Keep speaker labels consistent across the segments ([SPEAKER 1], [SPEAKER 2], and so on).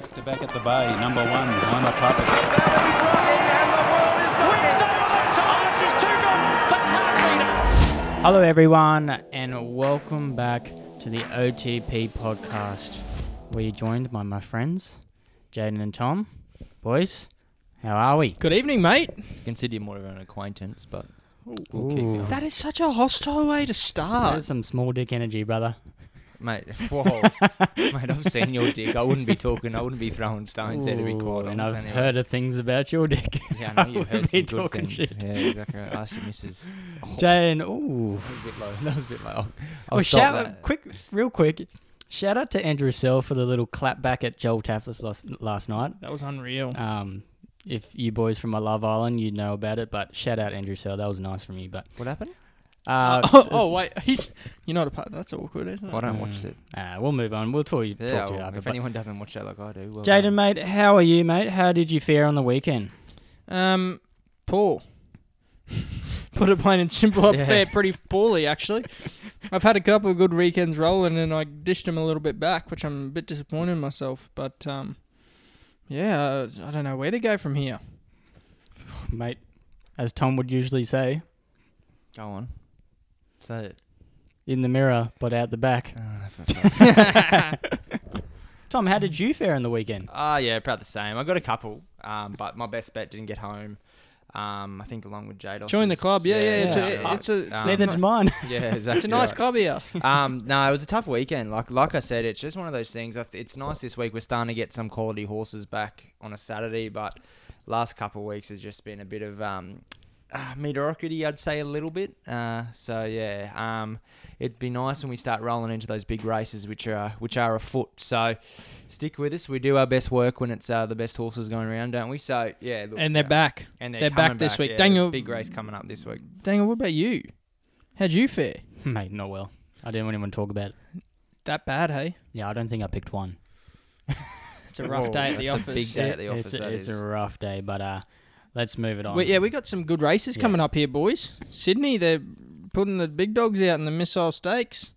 [SPEAKER 1] Back to back at the bay, number one, Homer Puppet.
[SPEAKER 2] Hello, everyone, and welcome back to the OTP podcast. We are joined by my friends, Jaden and Tom. Boys, how are we?
[SPEAKER 3] Good evening, mate.
[SPEAKER 4] Consider you more of an acquaintance, but
[SPEAKER 2] Ooh,
[SPEAKER 3] That is such a hostile way to start.
[SPEAKER 2] That's some small dick energy, brother.
[SPEAKER 4] mate, whoa, mate, I've seen your dick. I wouldn't be talking. I wouldn't be throwing stones there to be
[SPEAKER 2] Ooh,
[SPEAKER 4] quite
[SPEAKER 2] and I've
[SPEAKER 4] honest, anyway.
[SPEAKER 2] heard of things about your dick.
[SPEAKER 4] Yeah, I know you've
[SPEAKER 2] wouldn't
[SPEAKER 4] heard some
[SPEAKER 2] be
[SPEAKER 4] good
[SPEAKER 2] talking
[SPEAKER 4] things.
[SPEAKER 2] shit.
[SPEAKER 4] Yeah, exactly. Right. Ask your missus. Oh,
[SPEAKER 2] Jaden, ooh.
[SPEAKER 4] that was a bit low. That was a bit low. I'll
[SPEAKER 2] Oh,
[SPEAKER 4] stop
[SPEAKER 2] shout
[SPEAKER 4] that.
[SPEAKER 2] quick, real quick. Shout out to Andrew Sell for the little clap back at Joel Taflis last, last night.
[SPEAKER 3] That was
[SPEAKER 4] Uh,
[SPEAKER 3] unreal.
[SPEAKER 2] Um, if you boys from my Love Island, you'd know about it. But shout out Andrew Sell, that was nice from you. But
[SPEAKER 4] What happened?
[SPEAKER 2] uh,
[SPEAKER 3] oh, oh, wait, he's you're not a part. That's awkward, isn't
[SPEAKER 4] I
[SPEAKER 3] it?
[SPEAKER 4] don't
[SPEAKER 2] Mm.
[SPEAKER 4] watch it.
[SPEAKER 2] uh, we'll move on. We'll talk, you
[SPEAKER 4] Yeah,
[SPEAKER 2] talk to you
[SPEAKER 4] well,
[SPEAKER 2] after.
[SPEAKER 4] if
[SPEAKER 2] but-
[SPEAKER 4] anyone doesn't watch that like I do, well
[SPEAKER 2] Jaden,
[SPEAKER 4] done.
[SPEAKER 2] mate, how are you, mate? How did you fare on the weekend?
[SPEAKER 3] Um, Paul. Put it plain and simple. Up
[SPEAKER 4] Yeah.
[SPEAKER 3] there, pretty poorly actually. I've had a couple of good weekends rolling, and I dished him a little bit back, which I'm a bit disappointed in myself. But um, yeah, I, I don't know where to go from here.
[SPEAKER 2] Mate, as Tom would usually say,
[SPEAKER 4] go on. Say it.
[SPEAKER 2] in the mirror, but out the back.
[SPEAKER 4] Ah, fuck.
[SPEAKER 2] Tom, how did you fare on the weekend?
[SPEAKER 4] Ah, yeah, about the same. I got a couple, um, but my best bet didn't get home. Um, I think along with Jade.
[SPEAKER 3] Join the club. Yeah, yeah. it's
[SPEAKER 2] yeah.
[SPEAKER 3] a, it's a, it's,
[SPEAKER 4] Um,
[SPEAKER 2] Neither
[SPEAKER 3] not-
[SPEAKER 2] did mine.
[SPEAKER 4] yeah, exactly.
[SPEAKER 3] it's a nice
[SPEAKER 4] right.
[SPEAKER 3] club here.
[SPEAKER 4] um, no, it was a tough weekend. Like like I said, it's just one of those things. I th- It's nice this week. We're starting to get some quality horses back on a Saturday, but last couple of weeks has just been a bit of um, uh, mediocrity, I'd say, a little bit. Uh, so yeah, um, it'd be nice when we start rolling into those big races, which are which are afoot. So stick with us. We do our best work when it's uh, the best horses going around, don't we? So yeah, look,
[SPEAKER 3] And they're
[SPEAKER 4] uh,
[SPEAKER 3] back.
[SPEAKER 4] And they're,
[SPEAKER 3] They're back
[SPEAKER 4] coming
[SPEAKER 3] this week.
[SPEAKER 4] Yeah, there's
[SPEAKER 3] Daniel-
[SPEAKER 4] a big race coming up this week.
[SPEAKER 3] Daniel, what about you? How'd you fare?
[SPEAKER 2] mate, not well. I didn't want anyone to talk about it.
[SPEAKER 3] That bad, hey?
[SPEAKER 2] Yeah, I don't think I picked one.
[SPEAKER 3] It's a rough
[SPEAKER 4] Whoa,
[SPEAKER 3] day at the
[SPEAKER 4] that's a
[SPEAKER 3] office.
[SPEAKER 4] big day. at the
[SPEAKER 2] Oh, It's
[SPEAKER 4] office,
[SPEAKER 2] a,
[SPEAKER 4] that
[SPEAKER 2] it's
[SPEAKER 4] is.
[SPEAKER 2] a rough day, but uh, let's move it on.
[SPEAKER 3] We, yeah, we got some good races
[SPEAKER 2] Yeah.
[SPEAKER 3] coming up here, boys. Sydney, they're putting the big dogs out in the missile stakes.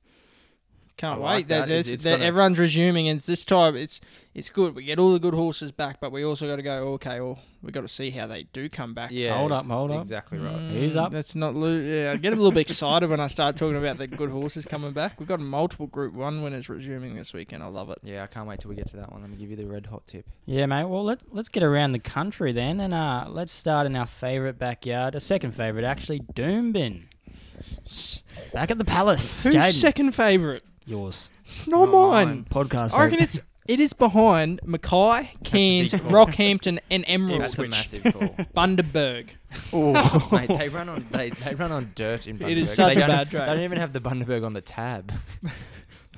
[SPEAKER 3] Can't
[SPEAKER 4] I
[SPEAKER 3] wait.
[SPEAKER 4] like
[SPEAKER 3] They're-
[SPEAKER 4] that.
[SPEAKER 3] they're-
[SPEAKER 4] It's- it's
[SPEAKER 3] they're-
[SPEAKER 4] gonna-
[SPEAKER 3] everyone's resuming, and this time it's it's good. We get all the good horses back, but we also got to go. Okay, well, we got to see how they do come back.
[SPEAKER 4] Yeah,
[SPEAKER 2] Hold up, hold up.
[SPEAKER 4] Exactly right.
[SPEAKER 3] Mm,
[SPEAKER 2] He's up.
[SPEAKER 3] That's not. Lo- yeah, I get a little bit excited when I start talking about the good horses coming back. We've got multiple Group One winners resuming this weekend. I love it.
[SPEAKER 4] Yeah, I can't wait till we get to that one. Let me give you the red hot tip.
[SPEAKER 2] Yeah, mate. Well, let's let's get around the country then, and uh, let's start in our favourite backyard, a second favourite actually, Doombin. Back at the palace,
[SPEAKER 3] Who's
[SPEAKER 2] Jaden.
[SPEAKER 3] second favourite?
[SPEAKER 2] Yours
[SPEAKER 3] It's not, mine.
[SPEAKER 2] podcast.
[SPEAKER 3] I reckon
[SPEAKER 2] vote.
[SPEAKER 3] it's it is behind Mackay, Cairns,
[SPEAKER 4] big call.
[SPEAKER 3] Rockhampton, and Emerald,
[SPEAKER 4] That's a
[SPEAKER 3] which
[SPEAKER 4] massive call.
[SPEAKER 3] Bundaberg.
[SPEAKER 4] Mate, they run on they, they run on dirt in Bundaberg.
[SPEAKER 3] It is such
[SPEAKER 4] they
[SPEAKER 3] a
[SPEAKER 4] don't-
[SPEAKER 3] bad
[SPEAKER 4] They don't
[SPEAKER 3] track.
[SPEAKER 4] even have the Bundaberg on the tab.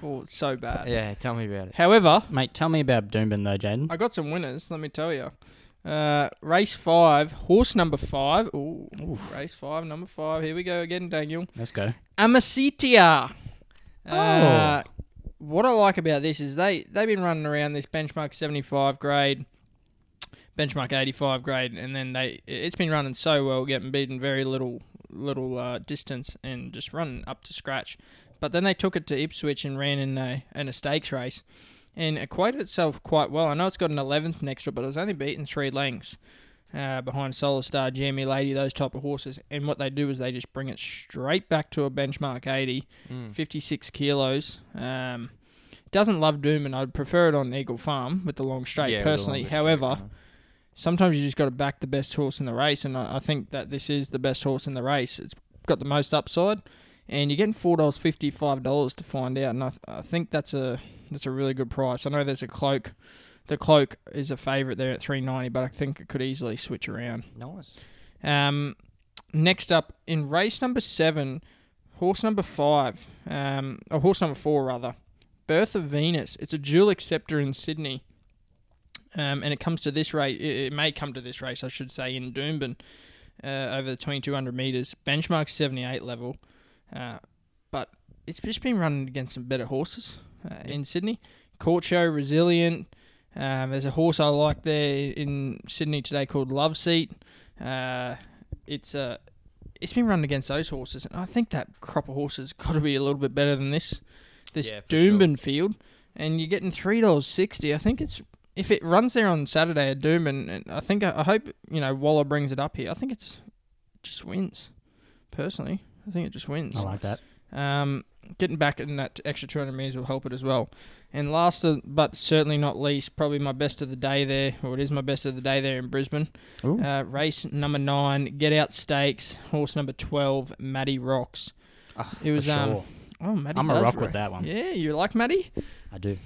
[SPEAKER 3] Oh, it's so bad.
[SPEAKER 4] yeah, tell me about it.
[SPEAKER 3] However,
[SPEAKER 2] mate. Tell me about Doombin though, Jaden.
[SPEAKER 3] I got some winners. Let me tell you. Uh, race five, horse number five. Ooh, race five, number five. Here we go again, Daniel.
[SPEAKER 2] Let's go.
[SPEAKER 3] Amasitia. Uh, what I like about this is they they've been running around this benchmark 75 grade, benchmark 85 grade, and then they it's been running so well, getting beaten very little little uh, distance and just running up to scratch. But then they took it to Ipswich and ran in a in a stakes race. And equated itself quite well. I know it's got an 11th next to it, but it was only beaten three lengths uh, behind Solar Star, Jamie Lady, those type of horses. And what they do is they just bring it straight back to a benchmark 80,
[SPEAKER 4] Mm.
[SPEAKER 3] 56 kilos. Um, doesn't love Doom, and I'd prefer it on Eagle Farm with the long straight
[SPEAKER 4] Yeah, it was a
[SPEAKER 3] personally.
[SPEAKER 4] long
[SPEAKER 3] However,
[SPEAKER 4] straight,
[SPEAKER 3] sometimes you just got to back the best horse in the race, and I, I think that this is the best horse in the race. It's got the most upside, and you're getting four dollars fifty five dollars to find out, and I, th- I think that's a that's a really good price. I know there's a cloak. The cloak is a favourite there at three ninety, but I think it could easily switch around.
[SPEAKER 4] you know. Nice.
[SPEAKER 3] Um, next up in race number seven, horse number five, um, or horse number four rather, Birth of Venus. It's a dual acceptor in Sydney. Um, and it comes to this race. It, it may come to this race, I should say, in Doomben, uh, over the 2200 meters, benchmark 78 level. Uh, but it's just been running against some better horses uh, in Sydney. Corcho, Resilient. Um, there's a horse I like there in Sydney today called Love Seat. Uh, it's uh, it's been running against those horses, and I think that crop of horses got to be a little bit better than this this
[SPEAKER 4] Yeah, for
[SPEAKER 3] Doomben field. And you're getting three dollars sixty. I think it's if it runs there on Saturday at Doom, and, and I think I hope you know Waller brings it up here. I think it's just wins. Personally, I think it just wins.
[SPEAKER 2] I like that.
[SPEAKER 3] Um, getting back in that extra 200 meters will help it as well. And last, uh, but certainly not least, probably my best of the day there, or it is my best of the day there in Brisbane.
[SPEAKER 2] Ooh.
[SPEAKER 3] Uh, race number nine, Get Out Stakes, horse number 12, Matty Rocks.
[SPEAKER 2] Ah,
[SPEAKER 3] it
[SPEAKER 2] for
[SPEAKER 3] was, um,
[SPEAKER 2] sure.
[SPEAKER 3] Oh, Matty
[SPEAKER 2] I'm a
[SPEAKER 3] does
[SPEAKER 2] rock with
[SPEAKER 3] race.
[SPEAKER 2] that one.
[SPEAKER 3] Yeah, you like Matty?
[SPEAKER 2] I do.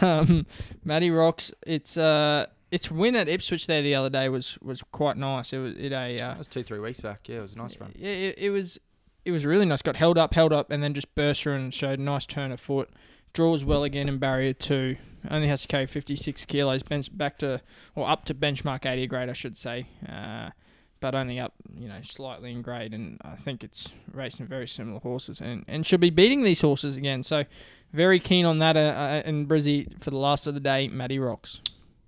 [SPEAKER 3] Um, Matty Rocks. It's uh, its win at Ipswich there the other day was was quite nice. It was it a uh,
[SPEAKER 4] That was two, three weeks back. Yeah, it was a nice run.
[SPEAKER 3] yeah, it, it was it was really nice. Got held up, held up, and then just burst through and showed a nice turn of foot. Draws well again in barrier two. Only has to carry 56 kilos. Bench back to or up to benchmark 80 grade, I should say. Uh, but only up, you know, slightly in grade. And I think it's racing very similar horses, and and should be beating these horses again. So very keen on that. Uh, uh, and Brizzy for the last of the day, Matty rocks.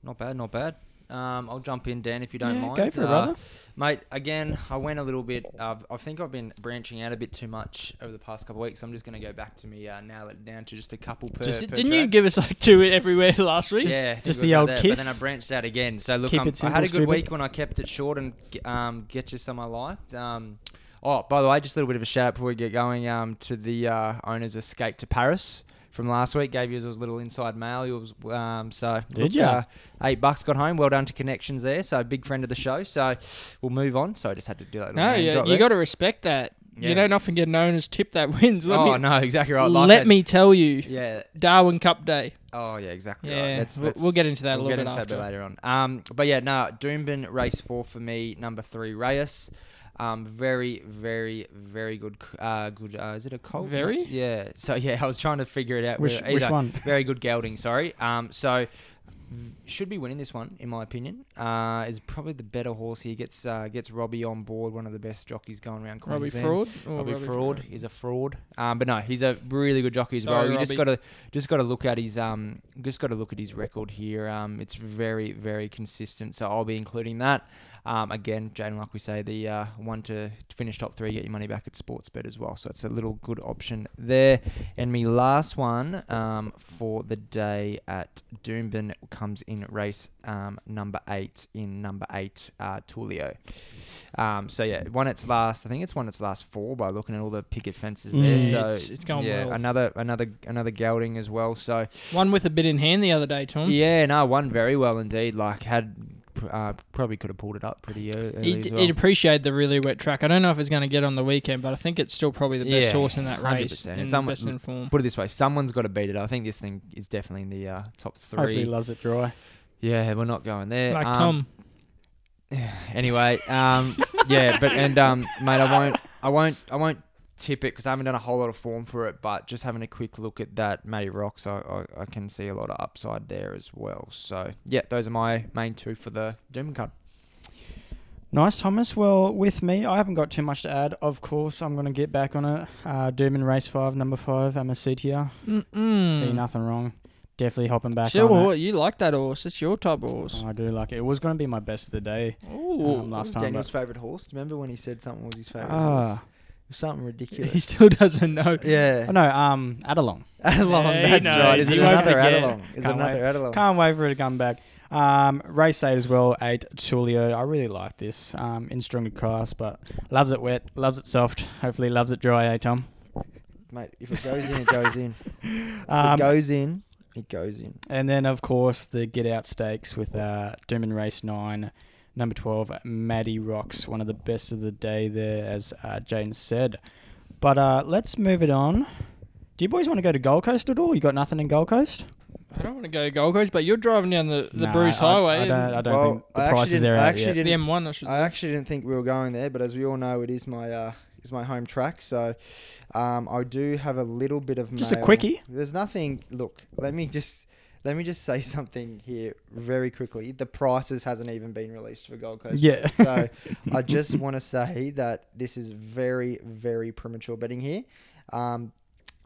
[SPEAKER 4] Not bad, not bad. Um, I'll jump in, Dan, if you don't
[SPEAKER 2] Yeah,
[SPEAKER 4] mind.
[SPEAKER 2] go for it,
[SPEAKER 4] Uh,
[SPEAKER 2] brother.
[SPEAKER 4] Mate, again, I went a little bit. I've, I think I've been branching out a bit too much over the past couple of weeks. I'm just going to go back to me uh, now, it down to just a couple per.
[SPEAKER 3] Just-
[SPEAKER 4] per
[SPEAKER 3] didn't you
[SPEAKER 4] track.
[SPEAKER 3] give us like two everywhere last week?
[SPEAKER 4] Yeah, it
[SPEAKER 2] just
[SPEAKER 4] was
[SPEAKER 2] the
[SPEAKER 4] like
[SPEAKER 2] old
[SPEAKER 4] that, But then
[SPEAKER 2] kiss?
[SPEAKER 4] I branched out again. So look,
[SPEAKER 2] Keep
[SPEAKER 4] um,
[SPEAKER 2] it
[SPEAKER 4] I had
[SPEAKER 2] simple,
[SPEAKER 4] a good
[SPEAKER 2] stupid.
[SPEAKER 4] week when I kept it short and g- um, get you some I liked. Um, oh, by the way, just a little bit of a shout out before we get going um, to the uh, owners' escape to Paris. From last week, gave you a little inside mail. Yours, um, so
[SPEAKER 2] Did ya?
[SPEAKER 4] Uh, eight bucks got home. Well done to connections there. So big friend of the show. So we'll move on. So I just had to do that. little
[SPEAKER 3] No,
[SPEAKER 4] name
[SPEAKER 3] yeah,
[SPEAKER 4] drop
[SPEAKER 3] you
[SPEAKER 4] there.
[SPEAKER 3] got to respect that. You
[SPEAKER 4] Yeah.
[SPEAKER 3] don't often get known as tip that wins. Let
[SPEAKER 4] Oh
[SPEAKER 3] me,
[SPEAKER 4] no, exactly right. Like
[SPEAKER 3] let
[SPEAKER 4] that-
[SPEAKER 3] me tell you,
[SPEAKER 4] Yeah,
[SPEAKER 3] Darwin Cup Day.
[SPEAKER 4] Oh yeah, exactly.
[SPEAKER 3] Yeah,
[SPEAKER 4] right. That's-
[SPEAKER 3] we'll-
[SPEAKER 4] that's-
[SPEAKER 3] we'll get into that a
[SPEAKER 4] we'll
[SPEAKER 3] little
[SPEAKER 4] get
[SPEAKER 3] bit
[SPEAKER 4] into that
[SPEAKER 3] after.
[SPEAKER 4] later on. Um, but yeah, no, Doombin race four for me, number three Reyes. Um, very, very, very good. c- Uh, good. Uh, is it a colt?
[SPEAKER 3] Very?
[SPEAKER 4] Yeah. So yeah, I was trying to figure it out.
[SPEAKER 2] Which,
[SPEAKER 4] whether-
[SPEAKER 2] which
[SPEAKER 4] either-
[SPEAKER 2] one?
[SPEAKER 4] Very good gelding. Sorry. Um, so v- should be winning this one in my opinion. Uh, is probably the better horse here. Gets uh, gets Robbie on board. One of the best jockeys going around.
[SPEAKER 3] Robbie
[SPEAKER 4] Queensland.
[SPEAKER 3] Fraud. or
[SPEAKER 4] Robbie, fraud. He's a fraud. Um, but no, he's a really good jockey as well.
[SPEAKER 3] Sorry,
[SPEAKER 4] You just
[SPEAKER 3] Robbie.
[SPEAKER 4] got to just got to look at his um, just got to look at his record here. Um, it's very very consistent. So I'll be including that. Um, again, Jaden, like we say, the uh, one to to finish top three, get your money back at Sportsbet as well. So it's a little good option there. And me last one um, for the day at Doomben comes in race um, number eight in number eight uh, Tulio. Um, so yeah, won its last. I think it's won its last four by looking at all the picket fences there.
[SPEAKER 2] Mm.
[SPEAKER 4] so
[SPEAKER 3] It's- it's going
[SPEAKER 4] yeah,
[SPEAKER 3] well.
[SPEAKER 4] Another another another gelding as well. So
[SPEAKER 3] One with a bit in hand the other day, Tom.
[SPEAKER 4] yeah, no, won very well indeed. Like had pr- uh, probably could have pulled it up pretty ear- early
[SPEAKER 3] He'd,
[SPEAKER 4] as well.
[SPEAKER 3] he'd appreciate the really wet track. I don't know if it's going to get on the weekend, but I think it's still probably the best
[SPEAKER 4] Yeah,
[SPEAKER 3] horse in that race.
[SPEAKER 4] 100%.
[SPEAKER 3] And
[SPEAKER 4] It's
[SPEAKER 3] the
[SPEAKER 4] almost-
[SPEAKER 3] best in form.
[SPEAKER 4] Put it this way, someone's got to beat it. I think this thing is definitely in the uh, top
[SPEAKER 2] Hopefully, he
[SPEAKER 4] three.
[SPEAKER 2] loves it dry.
[SPEAKER 4] Yeah, we're not going there.
[SPEAKER 3] Like
[SPEAKER 4] Um,
[SPEAKER 3] Tom.
[SPEAKER 4] Anyway, um, yeah, but and um, mate, I won't, I won't, I won't tip it because I haven't done a whole lot of form for it. But just having a quick look at that Matty Rocks, I, I, I can see a lot of upside there as well. So yeah, those are my main two for the Doom Cup.
[SPEAKER 2] Nice, Thomas. Well, with me, I haven't got too much to add. Of course, I'm going to get back on it. Uh, Doom in race five, number five, Amacitia. See
[SPEAKER 3] Mm-mm.
[SPEAKER 2] nothing wrong. Definitely hopping back
[SPEAKER 3] Sure,
[SPEAKER 2] on it.
[SPEAKER 3] you like that horse. It's your type of horse.
[SPEAKER 2] I do like it. It was going to be my best of the day.
[SPEAKER 3] Ooh.
[SPEAKER 2] Um, last time,
[SPEAKER 4] Daniel's favorite horse. Do you remember when he said something was his favorite horse?
[SPEAKER 2] Ah,
[SPEAKER 4] It was something
[SPEAKER 3] he
[SPEAKER 4] ridiculous.
[SPEAKER 3] still doesn't know.
[SPEAKER 2] oh,
[SPEAKER 4] yeah,
[SPEAKER 2] no, um, Adelong.
[SPEAKER 4] Adelong.
[SPEAKER 3] Yeah, he
[SPEAKER 4] that's
[SPEAKER 3] knows.
[SPEAKER 4] right. Is it
[SPEAKER 2] You won't
[SPEAKER 4] another
[SPEAKER 2] forget.
[SPEAKER 4] Adelong? Is it
[SPEAKER 2] Can't
[SPEAKER 4] another Adelong?
[SPEAKER 2] Can't wait for it to come back. Um, race eight as well, eight Tulio. I really like this um, in stronger class, but loves it wet, loves it soft. Hopefully, loves it dry, eh, Tom?
[SPEAKER 4] Mate, if it goes in, it goes in.
[SPEAKER 2] Um,
[SPEAKER 4] if it goes in, it goes in.
[SPEAKER 2] And then, of course, the get out stakes with uh, Doom in Race 9, number 12, Maddie Rocks, one of the best of the day there, as uh, Jane said. But uh, let's move it on. Do you boys want to go to Gold Coast at all? You got nothing in Gold Coast?
[SPEAKER 3] I don't want to go Gold Coast, but you're driving down the, the
[SPEAKER 2] Nah,
[SPEAKER 3] Bruce
[SPEAKER 2] I-
[SPEAKER 3] Highway.
[SPEAKER 2] I,
[SPEAKER 3] and
[SPEAKER 2] don't, I don't
[SPEAKER 4] Well,
[SPEAKER 2] think the
[SPEAKER 4] I actually
[SPEAKER 2] prices
[SPEAKER 4] didn't-
[SPEAKER 2] are
[SPEAKER 4] I
[SPEAKER 2] out
[SPEAKER 4] actually
[SPEAKER 2] yet.
[SPEAKER 3] the
[SPEAKER 4] didn't-
[SPEAKER 3] M1, I should
[SPEAKER 4] I actually didn't think we were going there, but as we all know, it is my uh, is my home track. So um, I do have a little bit of
[SPEAKER 2] Just a
[SPEAKER 4] mail.
[SPEAKER 2] quickie.
[SPEAKER 4] There's nothing. Look, let me just let me just say something here very quickly. The prices hasn't even been released for Gold Coast.
[SPEAKER 2] Yeah.
[SPEAKER 4] so I just want to say that this is very very premature betting here. Um,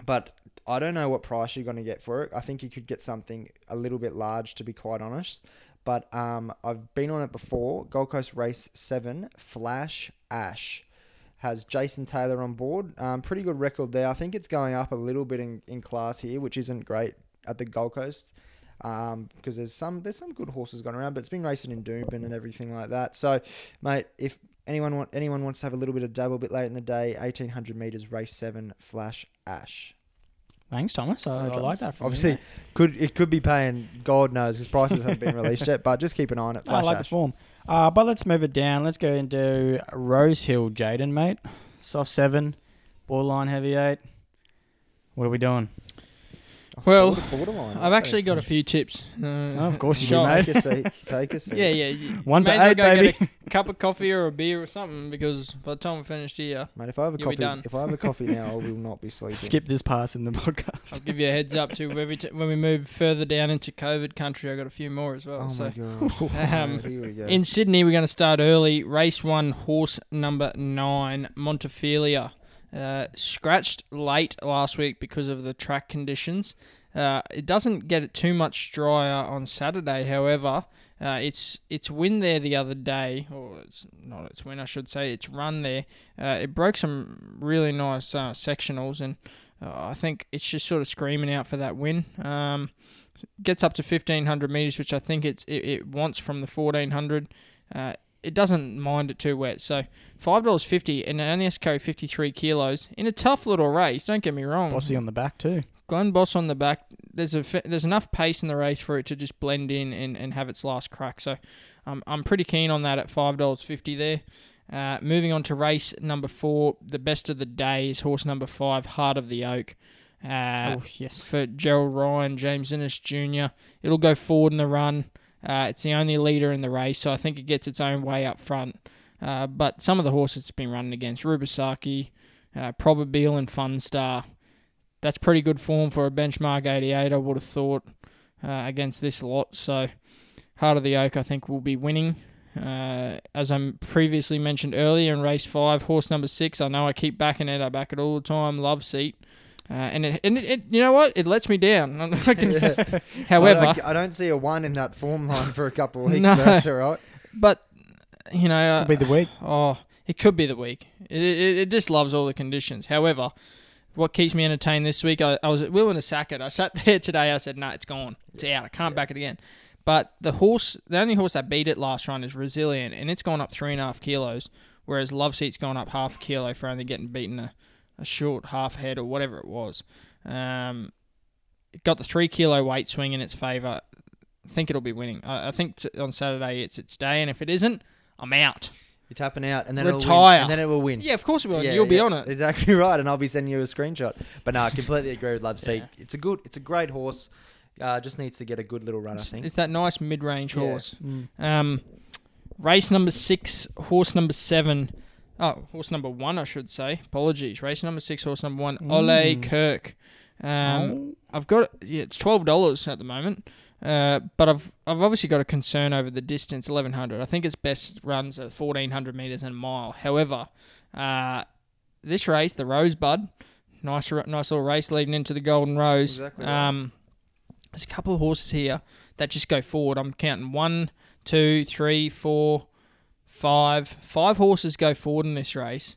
[SPEAKER 4] but I don't know what price you're going to get for it. I think you could get something a little bit large, to be quite honest. But um, I've been on it before. Gold Coast Race 7, Flash Ash. Has Jason Taylor on board. Um, pretty good record there. I think it's going up a little bit in, in class here, which isn't great at the Gold Coast. Um, because there's some there's some good horses going around, but it's been racing in Doomben and everything like that. So, mate, if anyone want anyone wants to have a little bit of dabble a bit later in the day, eighteen hundred meters, race seven, Flash Ash.
[SPEAKER 2] Thanks, Thomas. I,
[SPEAKER 4] No
[SPEAKER 2] I like
[SPEAKER 4] dramas.
[SPEAKER 2] that. From you,
[SPEAKER 4] Obviously,
[SPEAKER 2] mate.
[SPEAKER 4] could it could be paying God knows because prices haven't been released yet. But just keep an eye on it.
[SPEAKER 2] I
[SPEAKER 4] Flash
[SPEAKER 2] like the
[SPEAKER 4] Ash.
[SPEAKER 2] form. Uh, but let's move it down. Let's go and do Rose Hill, Jaden, mate. Soft seven, borderline heavy eight. What are we doing?
[SPEAKER 4] Oh,
[SPEAKER 3] Well,
[SPEAKER 4] border- borderline.
[SPEAKER 3] I've actually
[SPEAKER 2] eh?
[SPEAKER 3] got a few tips. Uh,
[SPEAKER 2] Oh, of course you do,
[SPEAKER 3] shot.
[SPEAKER 2] mate.
[SPEAKER 4] Take a seat. Take a seat.
[SPEAKER 3] Yeah, yeah. you
[SPEAKER 2] One
[SPEAKER 3] may
[SPEAKER 2] to
[SPEAKER 3] as well
[SPEAKER 2] eight,
[SPEAKER 3] go
[SPEAKER 2] baby.
[SPEAKER 3] Get a cup of coffee or a beer or something because by the time I'm finished here,
[SPEAKER 4] Mate, if I have a
[SPEAKER 3] You'll be
[SPEAKER 4] coffee,
[SPEAKER 3] done.
[SPEAKER 4] if I have a coffee now, I will not be sleeping.
[SPEAKER 2] Skip this pass in the
[SPEAKER 3] I'll
[SPEAKER 2] podcast.
[SPEAKER 3] give you a heads up to every t- when we move further down into COVID country. I got a few more as well.
[SPEAKER 4] Oh
[SPEAKER 3] so
[SPEAKER 4] my god.
[SPEAKER 3] Um,
[SPEAKER 4] Here we go.
[SPEAKER 3] In Sydney, we're going to start early. Race one, horse number nine, Montefilia. Uh, scratched late last week because of the track conditions. Uh, it doesn't get it too much drier on Saturday, however. Uh, its its win there the other day, or it's not its win, I should say, its run there. Uh, it broke some really nice uh, sectionals, and uh, I think it's just sort of screaming out for that win. Um, gets up to 1500 meters, which I think it's it, it wants from the 1400. Uh, it doesn't mind it too wet. So five dollars fifty and it only has to carry 53 kilos in a tough little race. Don't get me wrong.
[SPEAKER 2] Bossy on the back too.
[SPEAKER 3] Glenn Boss on the back. There's a fa- there's enough pace in the race for it to just blend in and, and have its last crack. So, um, I'm pretty keen on that at five dollars fifty there. Uh, moving on to race number four, the best of the day is horse number five, Heart of the Oak. Uh,
[SPEAKER 2] yes.
[SPEAKER 3] for Gerald Ryan, James Innes Jr. It'll go forward in the run. Uh, it's the only leader in the race, so I think it gets its own way up front. Uh, but some of the horses it's been running against, Rubisaki, uh, Probabil, and Funstar, that's pretty good form for a benchmark 88, I would have thought, uh, against this lot. So Heart of the Oak, I think, will be winning. Uh, as I previously mentioned earlier in race five, horse number six, I know I keep backing it, I back it all the time, love seat. Uh, and it, and it, it, you know what? It lets me down. I can-
[SPEAKER 4] I
[SPEAKER 3] However,
[SPEAKER 4] don't, I don't see a one in that form line for a couple of weeks.
[SPEAKER 3] No.
[SPEAKER 4] but That's all right.
[SPEAKER 3] but you know,
[SPEAKER 2] This
[SPEAKER 3] uh,
[SPEAKER 2] could be the week.
[SPEAKER 3] oh, it could be the week. It, it, it just loves all the conditions. However, what keeps me entertained this week, I, I was willing to sack it. I sat there today. I said, no, it's gone. It's out. I can't back it again. But the horse, the only horse that beat it last run is Resilient, and it's gone up three and a half kilos, whereas Love Seat's gone up half a kilo for only getting beaten a, a short half head or whatever it was. Um, it got the three kilo weight swing in its favour. I think it'll be winning. I, I think t- on Saturday it's its day, and if it isn't, I'm out.
[SPEAKER 4] You're tapping out, and then It'll win,
[SPEAKER 3] Retire.
[SPEAKER 4] and then it will win.
[SPEAKER 3] Yeah, of course it will.
[SPEAKER 4] Yeah,
[SPEAKER 3] You'll be
[SPEAKER 4] yeah,
[SPEAKER 3] on it.
[SPEAKER 4] Exactly right, and I'll be sending you a screenshot. But no, I completely agree with Love Seat. It's a good, it's a great horse. Uh, just needs to get a good little run, I
[SPEAKER 3] It's,
[SPEAKER 4] think.
[SPEAKER 3] it's that nice mid-range
[SPEAKER 4] Yeah.
[SPEAKER 3] horse. Um, race number six, horse number seven. Oh, horse number one, I should say. Apologies. Race number six, horse number one. Ole
[SPEAKER 2] Mm.
[SPEAKER 3] Kirk. Um, I've got yeah, it's twelve dollars at the moment. Uh, but I've I've obviously got a concern over the distance, eleven hundred. I think its best runs at fourteen hundred meters and a mile. However, uh, this race, the Rosebud, nice r- nice little race leading into the Golden Rose.
[SPEAKER 4] Exactly right.
[SPEAKER 3] Um, there's a couple of horses here that just go forward. I'm counting one, two, three, four, five. Five horses go forward in this race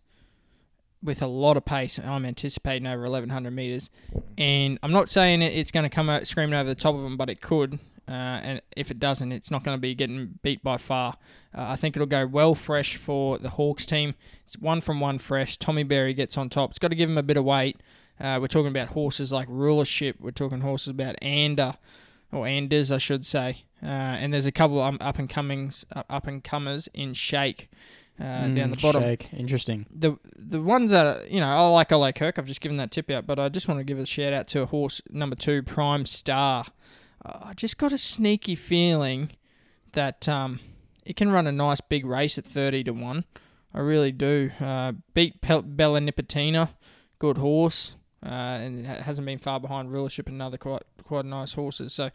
[SPEAKER 3] with a lot of pace. I'm anticipating over 1,100 meters, and I'm not saying it- it's going to come out screaming over the top of them, but it could. Uh, and if it doesn't, it's not going to be getting beat by far. Uh, I think it'll go well fresh for the Hawks team. It's one from one fresh. Tommy Berry gets on top. It's got to give him a bit of weight. Uh, we're talking about horses like rulership. We're talking horses about Ander or Anders, I should say. Uh, and there's a couple um, up and comings, uh, up and comers in Shake uh, down the
[SPEAKER 2] Mm,
[SPEAKER 3] bottom
[SPEAKER 2] Shake. Interesting.
[SPEAKER 3] the the ones that you know I like Ole Kirk. I've just given that tip out, but I just want to give a shout out to a horse number two, Prime Star. Uh, I just got a sneaky feeling that um, it can run a nice big race at thirty to one. I really do. Uh, beat Pel- Bella Nipotina, good horse, uh, and ha- hasn't been far behind Rulership and other quite quite nice horses. So.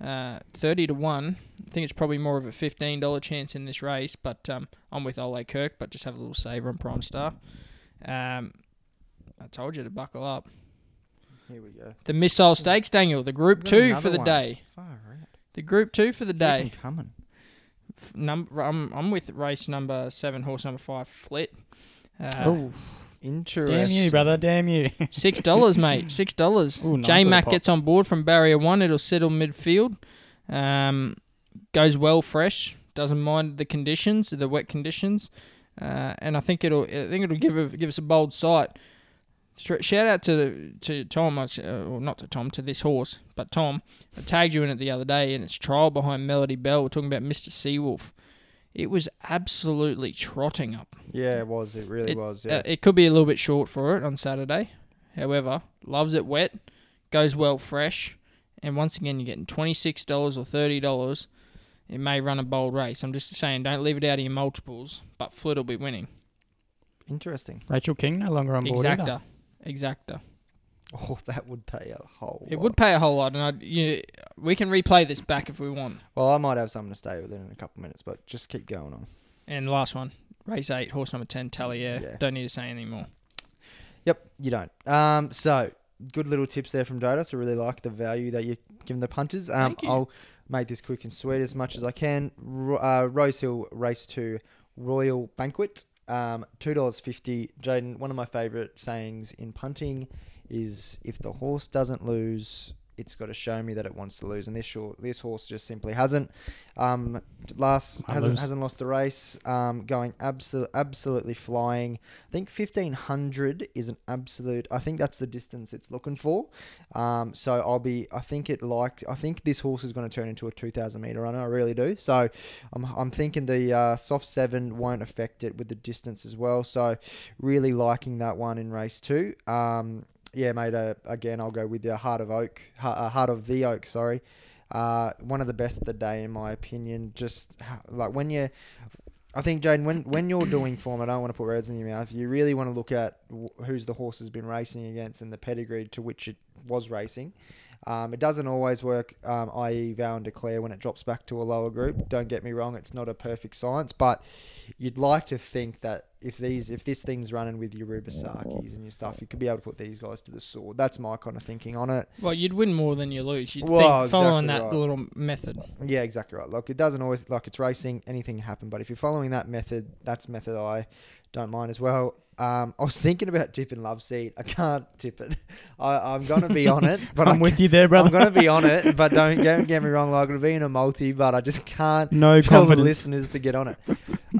[SPEAKER 3] Uh, thirty to one. I think it's probably more of a fifteen dollar chance in this race, but um, I'm with Ole Kirk, but just have a little saver on Prime Star. Um, I told you to buckle up.
[SPEAKER 4] Here we go.
[SPEAKER 3] The Missile Stakes, Daniel, the
[SPEAKER 4] We've
[SPEAKER 3] Group
[SPEAKER 4] got
[SPEAKER 3] 2
[SPEAKER 4] another
[SPEAKER 3] for the
[SPEAKER 4] one.
[SPEAKER 3] day.
[SPEAKER 4] Far out.
[SPEAKER 3] The Group 2 for the day.
[SPEAKER 4] Keep 'em coming.
[SPEAKER 3] F- Num- I'm, I'm with race number 7, horse number 5, Flit. Uh,
[SPEAKER 2] oh,
[SPEAKER 4] Interesting.
[SPEAKER 2] Damn you, brother. Damn you.
[SPEAKER 3] Six dollars, mate. Six dollars.
[SPEAKER 2] Ooh, nice
[SPEAKER 3] J
[SPEAKER 2] little
[SPEAKER 3] Mac
[SPEAKER 2] pop.
[SPEAKER 3] gets on board from barrier one. It'll settle midfield. Um, goes well fresh. Doesn't mind the conditions, the wet conditions, uh, and I think it'll. I think it'll give a, give us a bold sight. Sh- Shout out to the, to Tom, I s- uh, well not to Tom, to this horse, but Tom. I tagged you in it the other day, and it's trial behind Melody Bell. We're talking about Mister Seawolf. It was absolutely trotting up.
[SPEAKER 4] Yeah, it was. It really was.
[SPEAKER 3] Uh,
[SPEAKER 4] Yeah.
[SPEAKER 3] it could be a little bit short for it on Saturday. However, loves it wet, goes well fresh, and once again you're getting twenty six dollars or thirty dollars. It may run a bold race. I'm just saying, don't leave it out of your multiples. But Flit will be winning.
[SPEAKER 4] Interesting.
[SPEAKER 2] Rachel King no longer on board either.
[SPEAKER 3] Exacta, exacta.
[SPEAKER 4] Oh, that would pay a whole.
[SPEAKER 3] It
[SPEAKER 4] lot.
[SPEAKER 3] would pay a whole lot, and I'd, you, we can replay this back if we want.
[SPEAKER 4] Well, I might have something to stay with it in a couple minutes, but just keep going on.
[SPEAKER 3] And last one, race eight, horse number ten, Talier.
[SPEAKER 4] Yeah.
[SPEAKER 3] Don't need to say anything more.
[SPEAKER 4] Yep, you don't. Um, so good little tips there from Dota. So really like the value that you're giving the punters. Um,
[SPEAKER 3] Thank you.
[SPEAKER 4] I'll make this quick and sweet as much as I can. Ro- uh, Rose Hill Race Two Royal Banquet. Um, two dollars fifty. Jaden, one of my favourite sayings in punting is if the horse doesn't lose. It's got to show me that it wants to lose, and this short, this horse just simply hasn't. Um, last
[SPEAKER 2] Might
[SPEAKER 4] hasn't,
[SPEAKER 2] lose.
[SPEAKER 4] hasn't lost the race. Um, going absol- absolutely flying. I think 1500 is an absolute. I think that's the distance it's looking for. Um, so I'll be. I think it like. I think this horse is going to turn into a 2000 meter runner. I really do. So I'm. I'm thinking the uh, soft seven won't affect it with the distance as well. So really liking that one in race two. Um, yeah, mate. Uh, again, I'll go with the heart of oak. Ha- uh, heart of the oak. Sorry. Uh, one of the best of the day, in my opinion. Just ha- like when you I think Jaden, when when you're doing form, I don't want to put words in your mouth. You really want to look at wh- who's the horse has been racing against and the pedigree to which it was racing. Um, it doesn't always work, um, i.e., Vow and Declare when it drops back to a lower group. Don't get me wrong; it's not a perfect science, but you'd like to think that if these if this thing's running with your Rubisakis and your stuff, you could be able to put these guys to the sword. That's my kind of thinking on it.
[SPEAKER 3] Well, you'd win more than you lose. You'd
[SPEAKER 4] Well,
[SPEAKER 3] think following
[SPEAKER 4] exactly
[SPEAKER 3] that
[SPEAKER 4] right.
[SPEAKER 3] little method.
[SPEAKER 4] Yeah, exactly right. Like it doesn't always like it's racing, anything can happen. But if you're following that method, that's method I don't mind as well. Um, I was thinking about tipping Love Seat. I can't tip it. I, I'm gonna be on it, but
[SPEAKER 2] I'm
[SPEAKER 4] I
[SPEAKER 2] with you there, brother.
[SPEAKER 4] am gonna be on it, but don't get, get me wrong. Like it'll be in a multi, but I just can't
[SPEAKER 2] no
[SPEAKER 4] tell the
[SPEAKER 2] confidence.
[SPEAKER 4] listeners to get on it.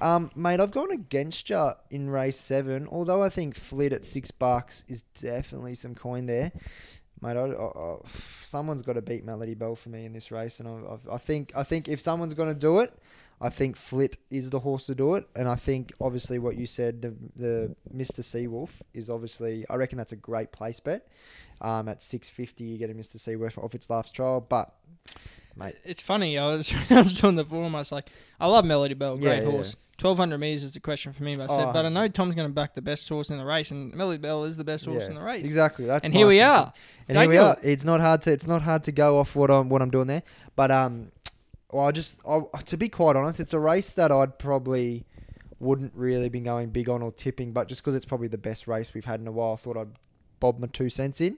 [SPEAKER 4] Um, mate, I've gone against you in race seven. Although I think Flit at six bucks is definitely some coin there. Mate, I, I, I, someone's got to beat Melody Bell for me in this race, and I've, I've, I think I think if someone's going to do it, I think Flit is the horse to do it, and I think obviously what you said, the the Mister Seawolf is obviously I reckon that's a great place bet. Um, at six fifty, you get a Mister Seawolf off its last trial, but mate,
[SPEAKER 3] It's funny. I was I was doing the form. I was like, I love Melody Bell,
[SPEAKER 4] Yeah,
[SPEAKER 3] great
[SPEAKER 4] yeah,
[SPEAKER 3] horse. Twelve hundred meters is a question for me. But I said,
[SPEAKER 4] Oh,
[SPEAKER 3] but I know Tom's going to back the best horse in the race, and Melody Bell is the best horse
[SPEAKER 4] yeah,
[SPEAKER 3] in the race.
[SPEAKER 4] exactly. That's
[SPEAKER 3] And
[SPEAKER 4] my
[SPEAKER 3] here we
[SPEAKER 4] thinking.
[SPEAKER 3] are.
[SPEAKER 4] And here we
[SPEAKER 3] Daniel.
[SPEAKER 4] are. It's not hard to it's not hard to go off what I'm what I'm doing there. But um, well, I just I, to be quite honest, it's a race that I'd probably wouldn't really been going big on or tipping, but just because it's probably the best race we've had in a while, I thought I'd bob my two cents in.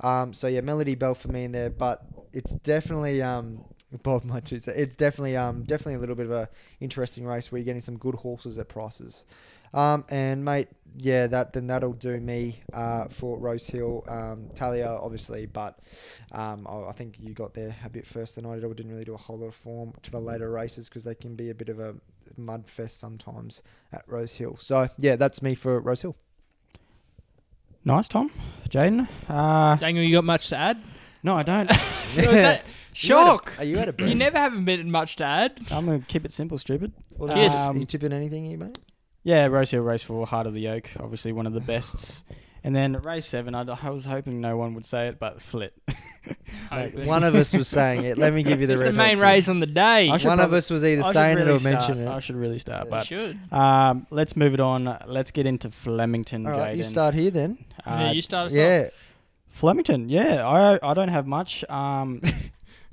[SPEAKER 4] Um, so yeah, Melody Bell for me in there, but it's definitely um bob my two cents. It's definitely um definitely a little bit of a interesting race where you're getting some good horses at prices. Um, and mate, yeah, that then that'll do me uh, for Rose Hill, um, Talia, obviously, but um, I, I think you got there a bit first than I did. I didn't really do a whole lot of form to the later races because they can be a bit of a mud fest sometimes at Rose Hill. So yeah, that's me for Rose Hill.
[SPEAKER 2] Nice, Tom. Jaden. Uh,
[SPEAKER 3] Daniel, you got much to add?
[SPEAKER 2] no, I don't.
[SPEAKER 3] So is that- shock.
[SPEAKER 4] Are you out of
[SPEAKER 3] You,
[SPEAKER 4] breath?
[SPEAKER 3] never have been much to add.
[SPEAKER 2] I'm going to keep it simple, stupid.
[SPEAKER 4] Well,
[SPEAKER 2] Yes.
[SPEAKER 4] that's-
[SPEAKER 2] Um,
[SPEAKER 4] are you tipping anything, you mate?
[SPEAKER 2] Yeah, race hill, race four, heart of the oak, obviously one of the bests. And then race seven, I, I was hoping no one would say it, but flit.
[SPEAKER 4] Mate, one of us was saying it. Let me give you the,
[SPEAKER 3] It's the
[SPEAKER 4] red
[SPEAKER 3] main
[SPEAKER 4] hot
[SPEAKER 3] race
[SPEAKER 4] tip.
[SPEAKER 3] on the day.
[SPEAKER 2] I
[SPEAKER 4] One
[SPEAKER 2] should
[SPEAKER 4] of
[SPEAKER 2] probably-
[SPEAKER 4] us was either
[SPEAKER 2] I should
[SPEAKER 4] saying it
[SPEAKER 2] really
[SPEAKER 4] or
[SPEAKER 2] start-
[SPEAKER 4] mentioning
[SPEAKER 2] I
[SPEAKER 4] it.
[SPEAKER 2] should really start,
[SPEAKER 4] Yeah.
[SPEAKER 3] You
[SPEAKER 2] but
[SPEAKER 3] should.
[SPEAKER 2] um, let's move it on. Let's get into Flemington,
[SPEAKER 4] All right, you
[SPEAKER 2] Jaden.
[SPEAKER 4] start here then.
[SPEAKER 2] Uh,
[SPEAKER 3] yeah, you start us off.
[SPEAKER 4] Yeah.
[SPEAKER 2] Flemington, yeah, I I don't have much. Um,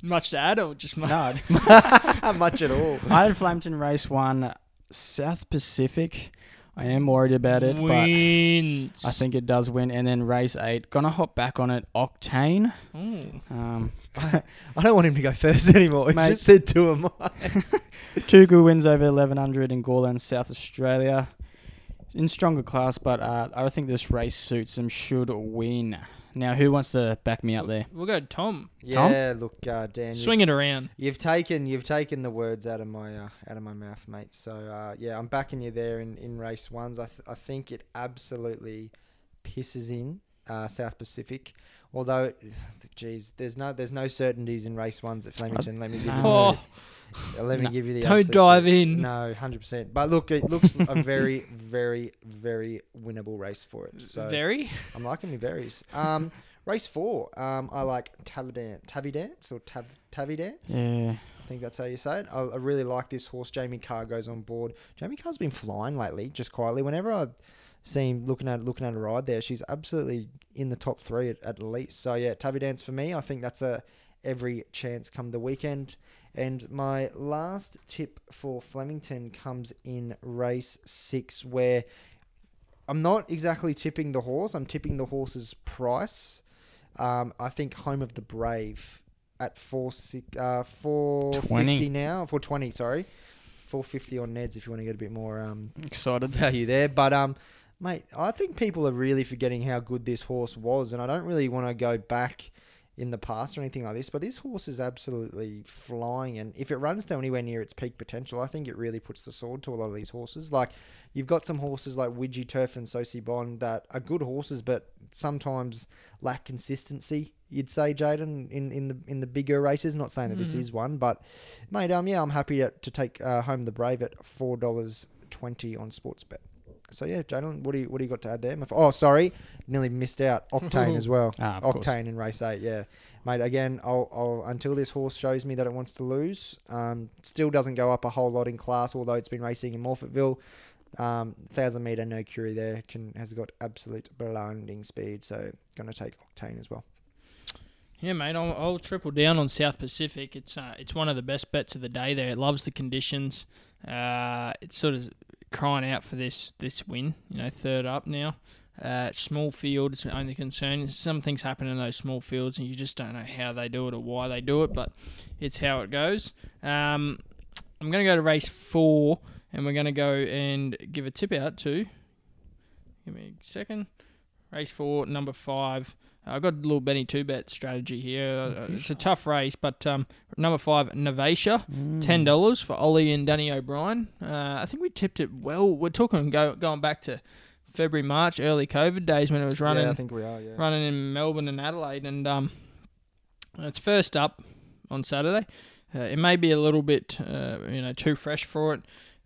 [SPEAKER 3] Much to add or just much?
[SPEAKER 2] no,
[SPEAKER 4] How much at all?
[SPEAKER 2] I had Flemington race one, South Pacific. I am worried about it, but
[SPEAKER 3] Wins.
[SPEAKER 2] I think it does win. And then race eight, gonna hop back on it. Octane,
[SPEAKER 3] Ooh.
[SPEAKER 2] um,
[SPEAKER 4] I don't want him to go first anymore. He
[SPEAKER 2] Mate.
[SPEAKER 4] just said two of mine.
[SPEAKER 2] Tugu wins over 1100 in Gawland, South Australia. in stronger class, but uh, I think this race suits him. Should win. Now, who wants to back me up there?
[SPEAKER 3] We'll go Tom.
[SPEAKER 2] Tom?
[SPEAKER 4] Yeah, look, uh, Dan,
[SPEAKER 3] Swing
[SPEAKER 4] you've,
[SPEAKER 3] it around.
[SPEAKER 4] you've taken you've taken the words out of my uh, out of my mouth, mate. So uh, yeah, I'm backing you there in, in race ones. I, th- I think it absolutely pisses in uh, South Pacific. Although, geez, there's no there's no certainties in race ones at Flemington. Let me give you
[SPEAKER 2] no.
[SPEAKER 4] the-
[SPEAKER 3] Oh,
[SPEAKER 4] Uh, Let me
[SPEAKER 2] No.
[SPEAKER 4] give you the.
[SPEAKER 3] Don't
[SPEAKER 4] upset
[SPEAKER 3] dive
[SPEAKER 4] side.
[SPEAKER 3] in.
[SPEAKER 4] No, hundred percent. But look, it looks a very, very, very winnable race for it. So
[SPEAKER 3] very.
[SPEAKER 4] I'm liking the varies. Um, race four. Um, I like Tavi Dance, Tavi Dance, or Tav, Tavi Dance.
[SPEAKER 2] Yeah.
[SPEAKER 4] I think that's how you say it. I, I really like this horse. Jamie Carr goes on board. Jamie Carr's been flying lately, just quietly. Whenever I see him looking at looking at a ride there, she's absolutely in the top three at, at least. So yeah, Tabby Dance for me. I think that's a every chance come the weekend. And my last tip for Flemington comes in race six, where I'm not exactly tipping the horse. I'm tipping the horse's price. Um, I think Home of the Brave at four six uh, four fifty
[SPEAKER 2] 20.
[SPEAKER 4] now four twenty. Sorry, four fifty on Neds if you want to get a bit more um,
[SPEAKER 2] Excited.
[SPEAKER 4] value there. But um, mate, I think people are really forgetting how good this horse was, and I don't really want to go back in the past or anything like this. But this horse is absolutely flying, and if it runs to anywhere near its peak potential, I think it really puts the sword to a lot of these horses. Like you've got some horses like Widgie Turf and Sosi Bond that are good horses, but sometimes lack consistency. You'd say, Jaden, in, in the in the bigger races. Not saying that this is one, but mate, um, yeah, I'm happy to, to take uh, home the Brave at four dollars twenty on Sportsbet. So yeah, Jaden, what do you what do you got to add there? My f- Oh, sorry, nearly missed out. Octane as well.
[SPEAKER 2] Ah, of course.
[SPEAKER 4] Octane in race eight, yeah, mate. Again, I'll, I'll until this horse shows me that it wants to lose. Um, still doesn't go up a whole lot in class, although it's been racing in Morfettville. Um, thousand meter no curie there can has got absolute blinding speed, so gonna take Octane as well.
[SPEAKER 3] Yeah, mate. I'll, I'll triple down on South Pacific. It's uh, it's one of the best bets of the day. There, it loves the conditions. Uh, it's sort of crying out for this this win. You know, third up now. Uh, small field is the only concern. Some things happen in those small fields, and you just don't know how they do it or why they do it. But it's how it goes. Um, I'm going to go to race four, and we're going to go and give a tip out to. Give me a second. Race four, number five. I got a little Benny two bet strategy here. Uh, It's a tough race, but um, number five, Navasia,
[SPEAKER 4] Mm.
[SPEAKER 3] ten dollars for Ollie and Danny O'Brien. Uh, I think we tipped it well. We're talking go, going back to February, March, early COVID days when it was running
[SPEAKER 4] Yeah, I think we are. Yeah.
[SPEAKER 3] running in Melbourne and Adelaide, and um, it's first up on Saturday. Uh, it may be a little bit, uh, you know, too fresh for it,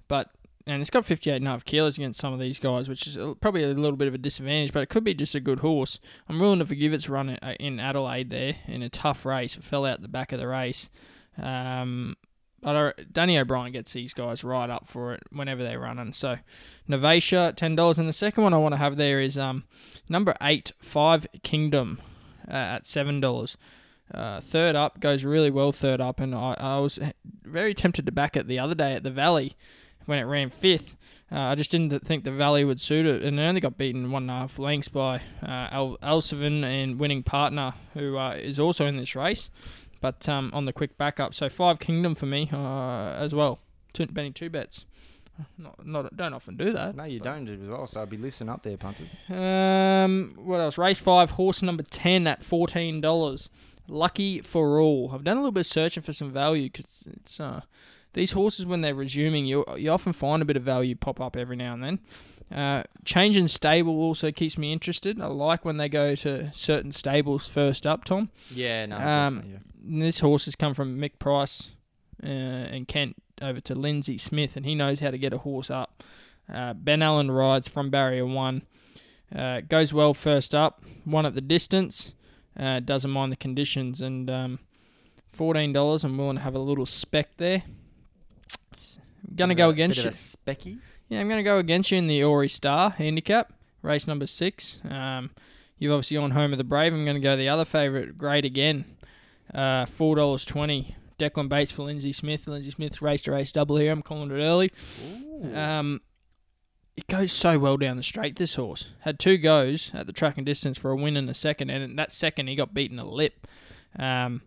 [SPEAKER 3] but and it's got 58 and a half kilos against some of these guys, which is a- probably a little bit of a disadvantage, but it could be just a good horse. I'm willing to forgive its run in, uh, in Adelaide there in a tough race. It fell out the back of the race. Um, but I, Danny O'Brien gets these guys right up for it whenever they're running. So, Novatia, $10. And the second one I want to have there is um, Number eight, Five Kingdom uh, at seven dollars. Uh, third up goes really well. Third up, and I, I was very tempted to back it the other day at the Valley when it ran fifth. Uh, I just didn't think the Valley would suit it, and it only got beaten one and a half lengths by uh, Al Alsevin and winning partner, who uh, is also in this race, but um, on the quick backup. So Five Kingdom for me uh, as well. Two, Benny two bets. Not, not don't often do that.
[SPEAKER 5] No, you don't as well. So I'll be listening up there, punters.
[SPEAKER 3] Um, what else? Race five, horse number ten at fourteen dollars. Lucky for all. I've done a little bit of searching for some value because it's uh, these horses when they're resuming, you you often find a bit of value pop up every now and then. Uh, change in stable also keeps me interested. I like when they go to certain stables first up, Tom.
[SPEAKER 5] Yeah, no.
[SPEAKER 3] Um, And this horse has come from Mick Price uh, and Kent over to Lindsay Smith, and he knows how to get a horse up. Uh, ben Allen rides from barrier one. Uh, goes well first up, one at the distance. Uh, doesn't mind the conditions, and um, fourteen dollars. I'm willing to have a little spec there. I'm gonna go against you.
[SPEAKER 5] Specky.
[SPEAKER 3] Yeah, I'm going to go against you in the Ori Star handicap, race number six. Um, you've obviously on Home of the Brave. I'm going to go the other favourite, Great Again, uh, $4.20. Declan Bates for Lindsay Smith. Lindsay Smith's race to race double here. I'm calling it early. Um, it goes so well down the straight, this horse. Had two goes at the track and distance for a win and a second, and in that second he got beaten a lip. Um,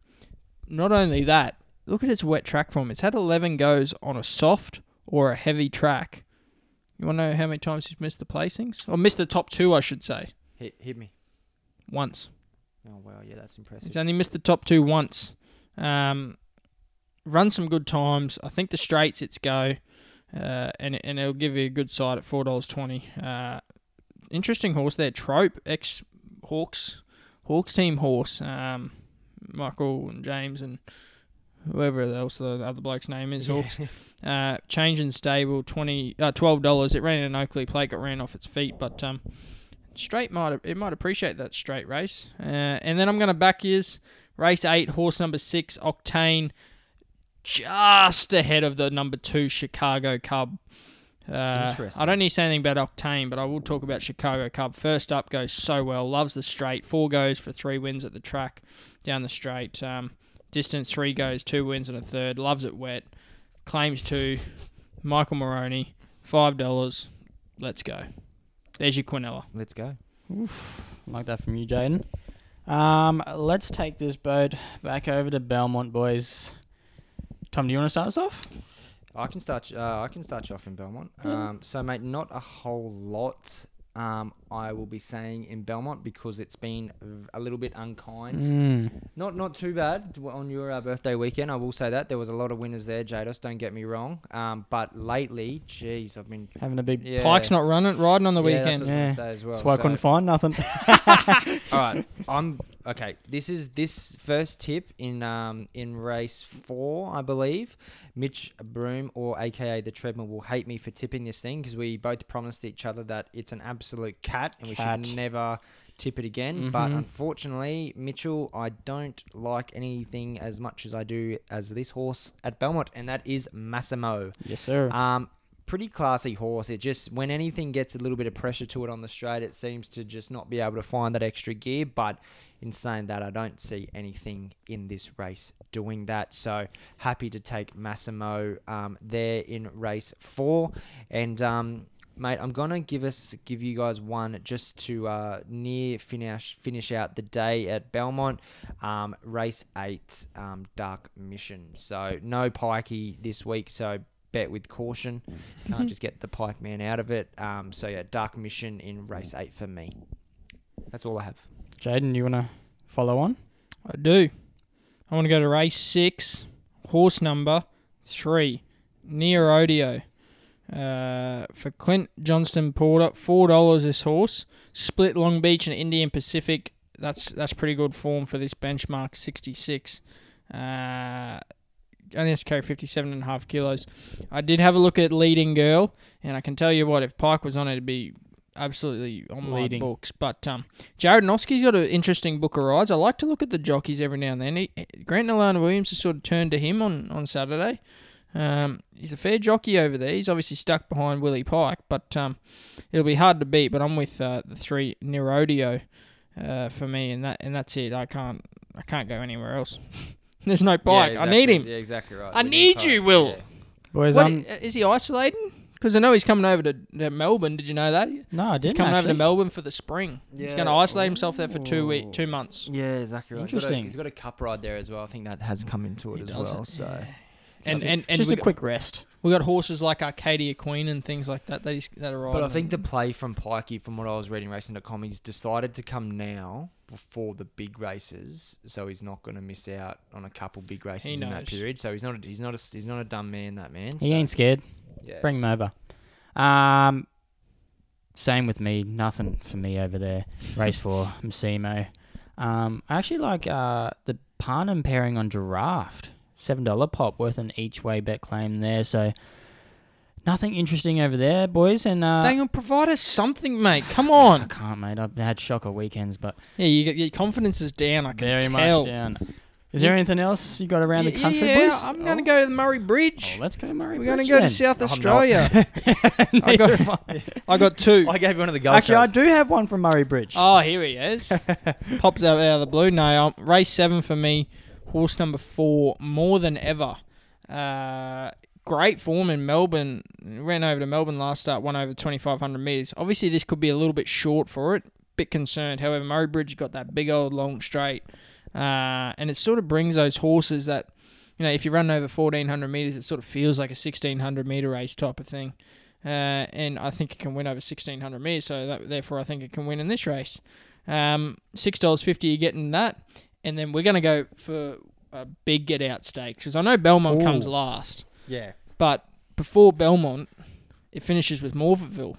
[SPEAKER 3] not only that, look at its wet track form. It's had 11 goes on a soft or a heavy track You want to know how many times he's missed the placings? Or missed the top two, I should say.
[SPEAKER 4] Hit, hit me.
[SPEAKER 3] Once.
[SPEAKER 4] Oh wow, yeah, that's impressive.
[SPEAKER 3] He's only missed the top two once. Um, run some good times. I think the straights it's go, uh, and and it'll give you a good side at four dollars twenty. Uh, interesting horse there, Trope ex Hawks Hawks team horse. Um, Michael and James and whoever else the other bloke's name is. Hawks uh, change in stable twenty uh, twelve dollars. It ran in an Oakley plate, got ran off its feet, but um, straight might it might appreciate that straight race. Uh, and then I'm going to back is race eight, horse number six, Octane, just ahead of the number two Chicago Cub. Uh, I don't need to say anything about Octane, but I will talk about Chicago Cub. First up goes so well, loves the straight. Four goes for three wins at the track down the straight. Um, distance three goes, two wins and a third. Loves it wet. Claims two. Michael Moroni, five dollars. Let's go. There's your Quinella.
[SPEAKER 4] Let's go.
[SPEAKER 2] Like that from you, Jaden. Um, let's take this boat back over to Belmont, boys. Tom, do you want to start us off?
[SPEAKER 4] I can start. Uh, I can start you off in Belmont. Um, so, mate, not a whole lot. Um, I will be saying in Belmont because it's been v- a little bit unkind.
[SPEAKER 2] Mm.
[SPEAKER 4] Not not too bad to- on your uh, birthday weekend. I will say that there was a lot of winners there, Jados. Don't get me wrong. Um, but lately, jeez, I've been
[SPEAKER 2] Having a big.
[SPEAKER 4] yeah.
[SPEAKER 3] Pike's not running, riding on the
[SPEAKER 4] Yeah, that's
[SPEAKER 3] weekend.
[SPEAKER 4] what I was
[SPEAKER 2] Yeah.
[SPEAKER 4] gonna say as well.
[SPEAKER 2] That's why I
[SPEAKER 4] So-
[SPEAKER 2] couldn't find nothing.
[SPEAKER 4] all right, I'm okay. This is this first tip in um in race four, I believe. Mitch Broom or AKA the treadmill will hate me for tipping this thing because we both promised each other that it's an absolute cat and we
[SPEAKER 2] Cat.
[SPEAKER 4] should never tip it again. But
[SPEAKER 2] Mhm.
[SPEAKER 4] unfortunately, Mitchell, I don't like anything as much as I do as this horse at Belmont, and that is Massimo.
[SPEAKER 2] yes, sir.
[SPEAKER 4] Um, pretty classy horse. It just when anything gets a little bit of pressure to it on the straight, it seems to just not be able to find that extra gear. But in saying that, I don't see anything in this race doing that. So happy to take Massimo um, there in race four, and. Um, Mate, I'm gonna give us give you guys one just to uh, near finish finish out the day at Belmont, um, race eight, um, Dark Mission. So no pikey this week. So bet with caution. Can't just get the pike man out of it. Um, so yeah, dark mission in race eight for me. That's all I have.
[SPEAKER 2] Jaden, you want to follow on?
[SPEAKER 3] I do. I want to go to race six, horse number three, Near Odeo. Uh, for Clint Johnston Porter, four dollars this horse. Split Long Beach and Indian Pacific. That's that's pretty good form for this benchmark sixty six. Uh, only has to carry fifty seven and a half kilos. I did have a look at Leading Girl, and I can tell you what, if Pike was on it, it'd be absolutely on my
[SPEAKER 2] Leading.
[SPEAKER 3] books. But um, Jared Noski's got an interesting book of rides. I like to look at the jockeys every now and then. He, Grant and Alana Williams has sort of turned to him on, on Saturday. Um, he's a fair jockey over there. He's obviously stuck behind Willie Pike, but um, it'll be hard to beat. But I'm with uh, the three Nerodio uh, for me, and that and that's it. I can't I can't go anywhere else. There's no Pike. I need him.
[SPEAKER 4] Yeah, exactly right.
[SPEAKER 3] I We need need you, Pike. Will. Yeah.
[SPEAKER 2] Boys,
[SPEAKER 3] What, uh,
[SPEAKER 2] um,
[SPEAKER 3] is he isolating? Because I know he's coming over to, to Melbourne. Did you know that? He's
[SPEAKER 2] no, I didn't.
[SPEAKER 3] coming over to
[SPEAKER 2] actually.
[SPEAKER 3] Melbourne for the spring. He's
[SPEAKER 4] Yeah.
[SPEAKER 3] going to isolate himself there for two week,
[SPEAKER 4] Ooh.
[SPEAKER 3] two months.
[SPEAKER 4] Yeah, exactly right.
[SPEAKER 2] Interesting.
[SPEAKER 4] He's got, a, he's got a cup ride there as well. I think that has come into it
[SPEAKER 3] He
[SPEAKER 4] as
[SPEAKER 3] does
[SPEAKER 4] well.
[SPEAKER 3] it,
[SPEAKER 4] So
[SPEAKER 3] And and, and
[SPEAKER 2] Just
[SPEAKER 3] we,
[SPEAKER 2] a quick rest.
[SPEAKER 3] we got horses like Arcadia Queen and things like that that, he's, that are riding.
[SPEAKER 4] But I think the play from Pikey, from what I was reading, racing.com, he's decided to come now before the big races, so he's not going to miss out on a couple big races in that
[SPEAKER 3] knows.
[SPEAKER 4] period. So he's not a, he's not a, he's not a dumb man. That man.
[SPEAKER 2] He
[SPEAKER 4] So,
[SPEAKER 2] ain't scared.
[SPEAKER 4] yeah.
[SPEAKER 2] Bring him over. Um, same with me. Nothing for me over there. Race four, Msimo. Um, I actually like uh, the Parnham pairing on Giraffe. Seven dollar pop worth an each way bet claim there. So nothing interesting over there, boys. And uh,
[SPEAKER 3] Dang on, provide us something, mate. Come
[SPEAKER 2] I
[SPEAKER 3] on.
[SPEAKER 2] can't, mate. I've had shocker weekends, but
[SPEAKER 3] Yeah, you get, your confidence is down. I can
[SPEAKER 2] very
[SPEAKER 3] tell.
[SPEAKER 2] much down. Is there anything else you got around the
[SPEAKER 3] Yeah,
[SPEAKER 2] country,
[SPEAKER 3] yeah,
[SPEAKER 2] boys?
[SPEAKER 3] I'm going to go to the Murray
[SPEAKER 2] Oh,
[SPEAKER 3] Bridge.
[SPEAKER 2] let's go, Murray.
[SPEAKER 3] We're going
[SPEAKER 2] Bridge
[SPEAKER 3] to go
[SPEAKER 2] then. Oh,
[SPEAKER 3] to South
[SPEAKER 4] I'm not.
[SPEAKER 3] Australia. I got, I got two.
[SPEAKER 4] I gave one of the Gold
[SPEAKER 2] Actually, I
[SPEAKER 4] Coast.
[SPEAKER 2] do have one from Murray Bridge.
[SPEAKER 3] Oh, here he is. Pops out, out of the blue. No, um, race seven for me. Horse number four, more than ever. Uh, great form in Melbourne. Ran over to Melbourne last start, won over 2,500 metres. Obviously, this could be a little bit short for it. Bit concerned. However, Murray Bridge got that big old long straight. Uh, and it sort of brings those horses that, you know, if you run over 1,400 metres, it sort of feels like a 1,600 metre race type of thing. uh, and I think it can win over 1600 metres. So that, therefore, I think it can win in this race. Um, Six dollars fifty, you're getting that, and then we're going to go for a big get out stake because I know Belmont
[SPEAKER 4] Ooh.
[SPEAKER 3] comes last,
[SPEAKER 4] Yeah.
[SPEAKER 3] but before Belmont, it finishes with Morville,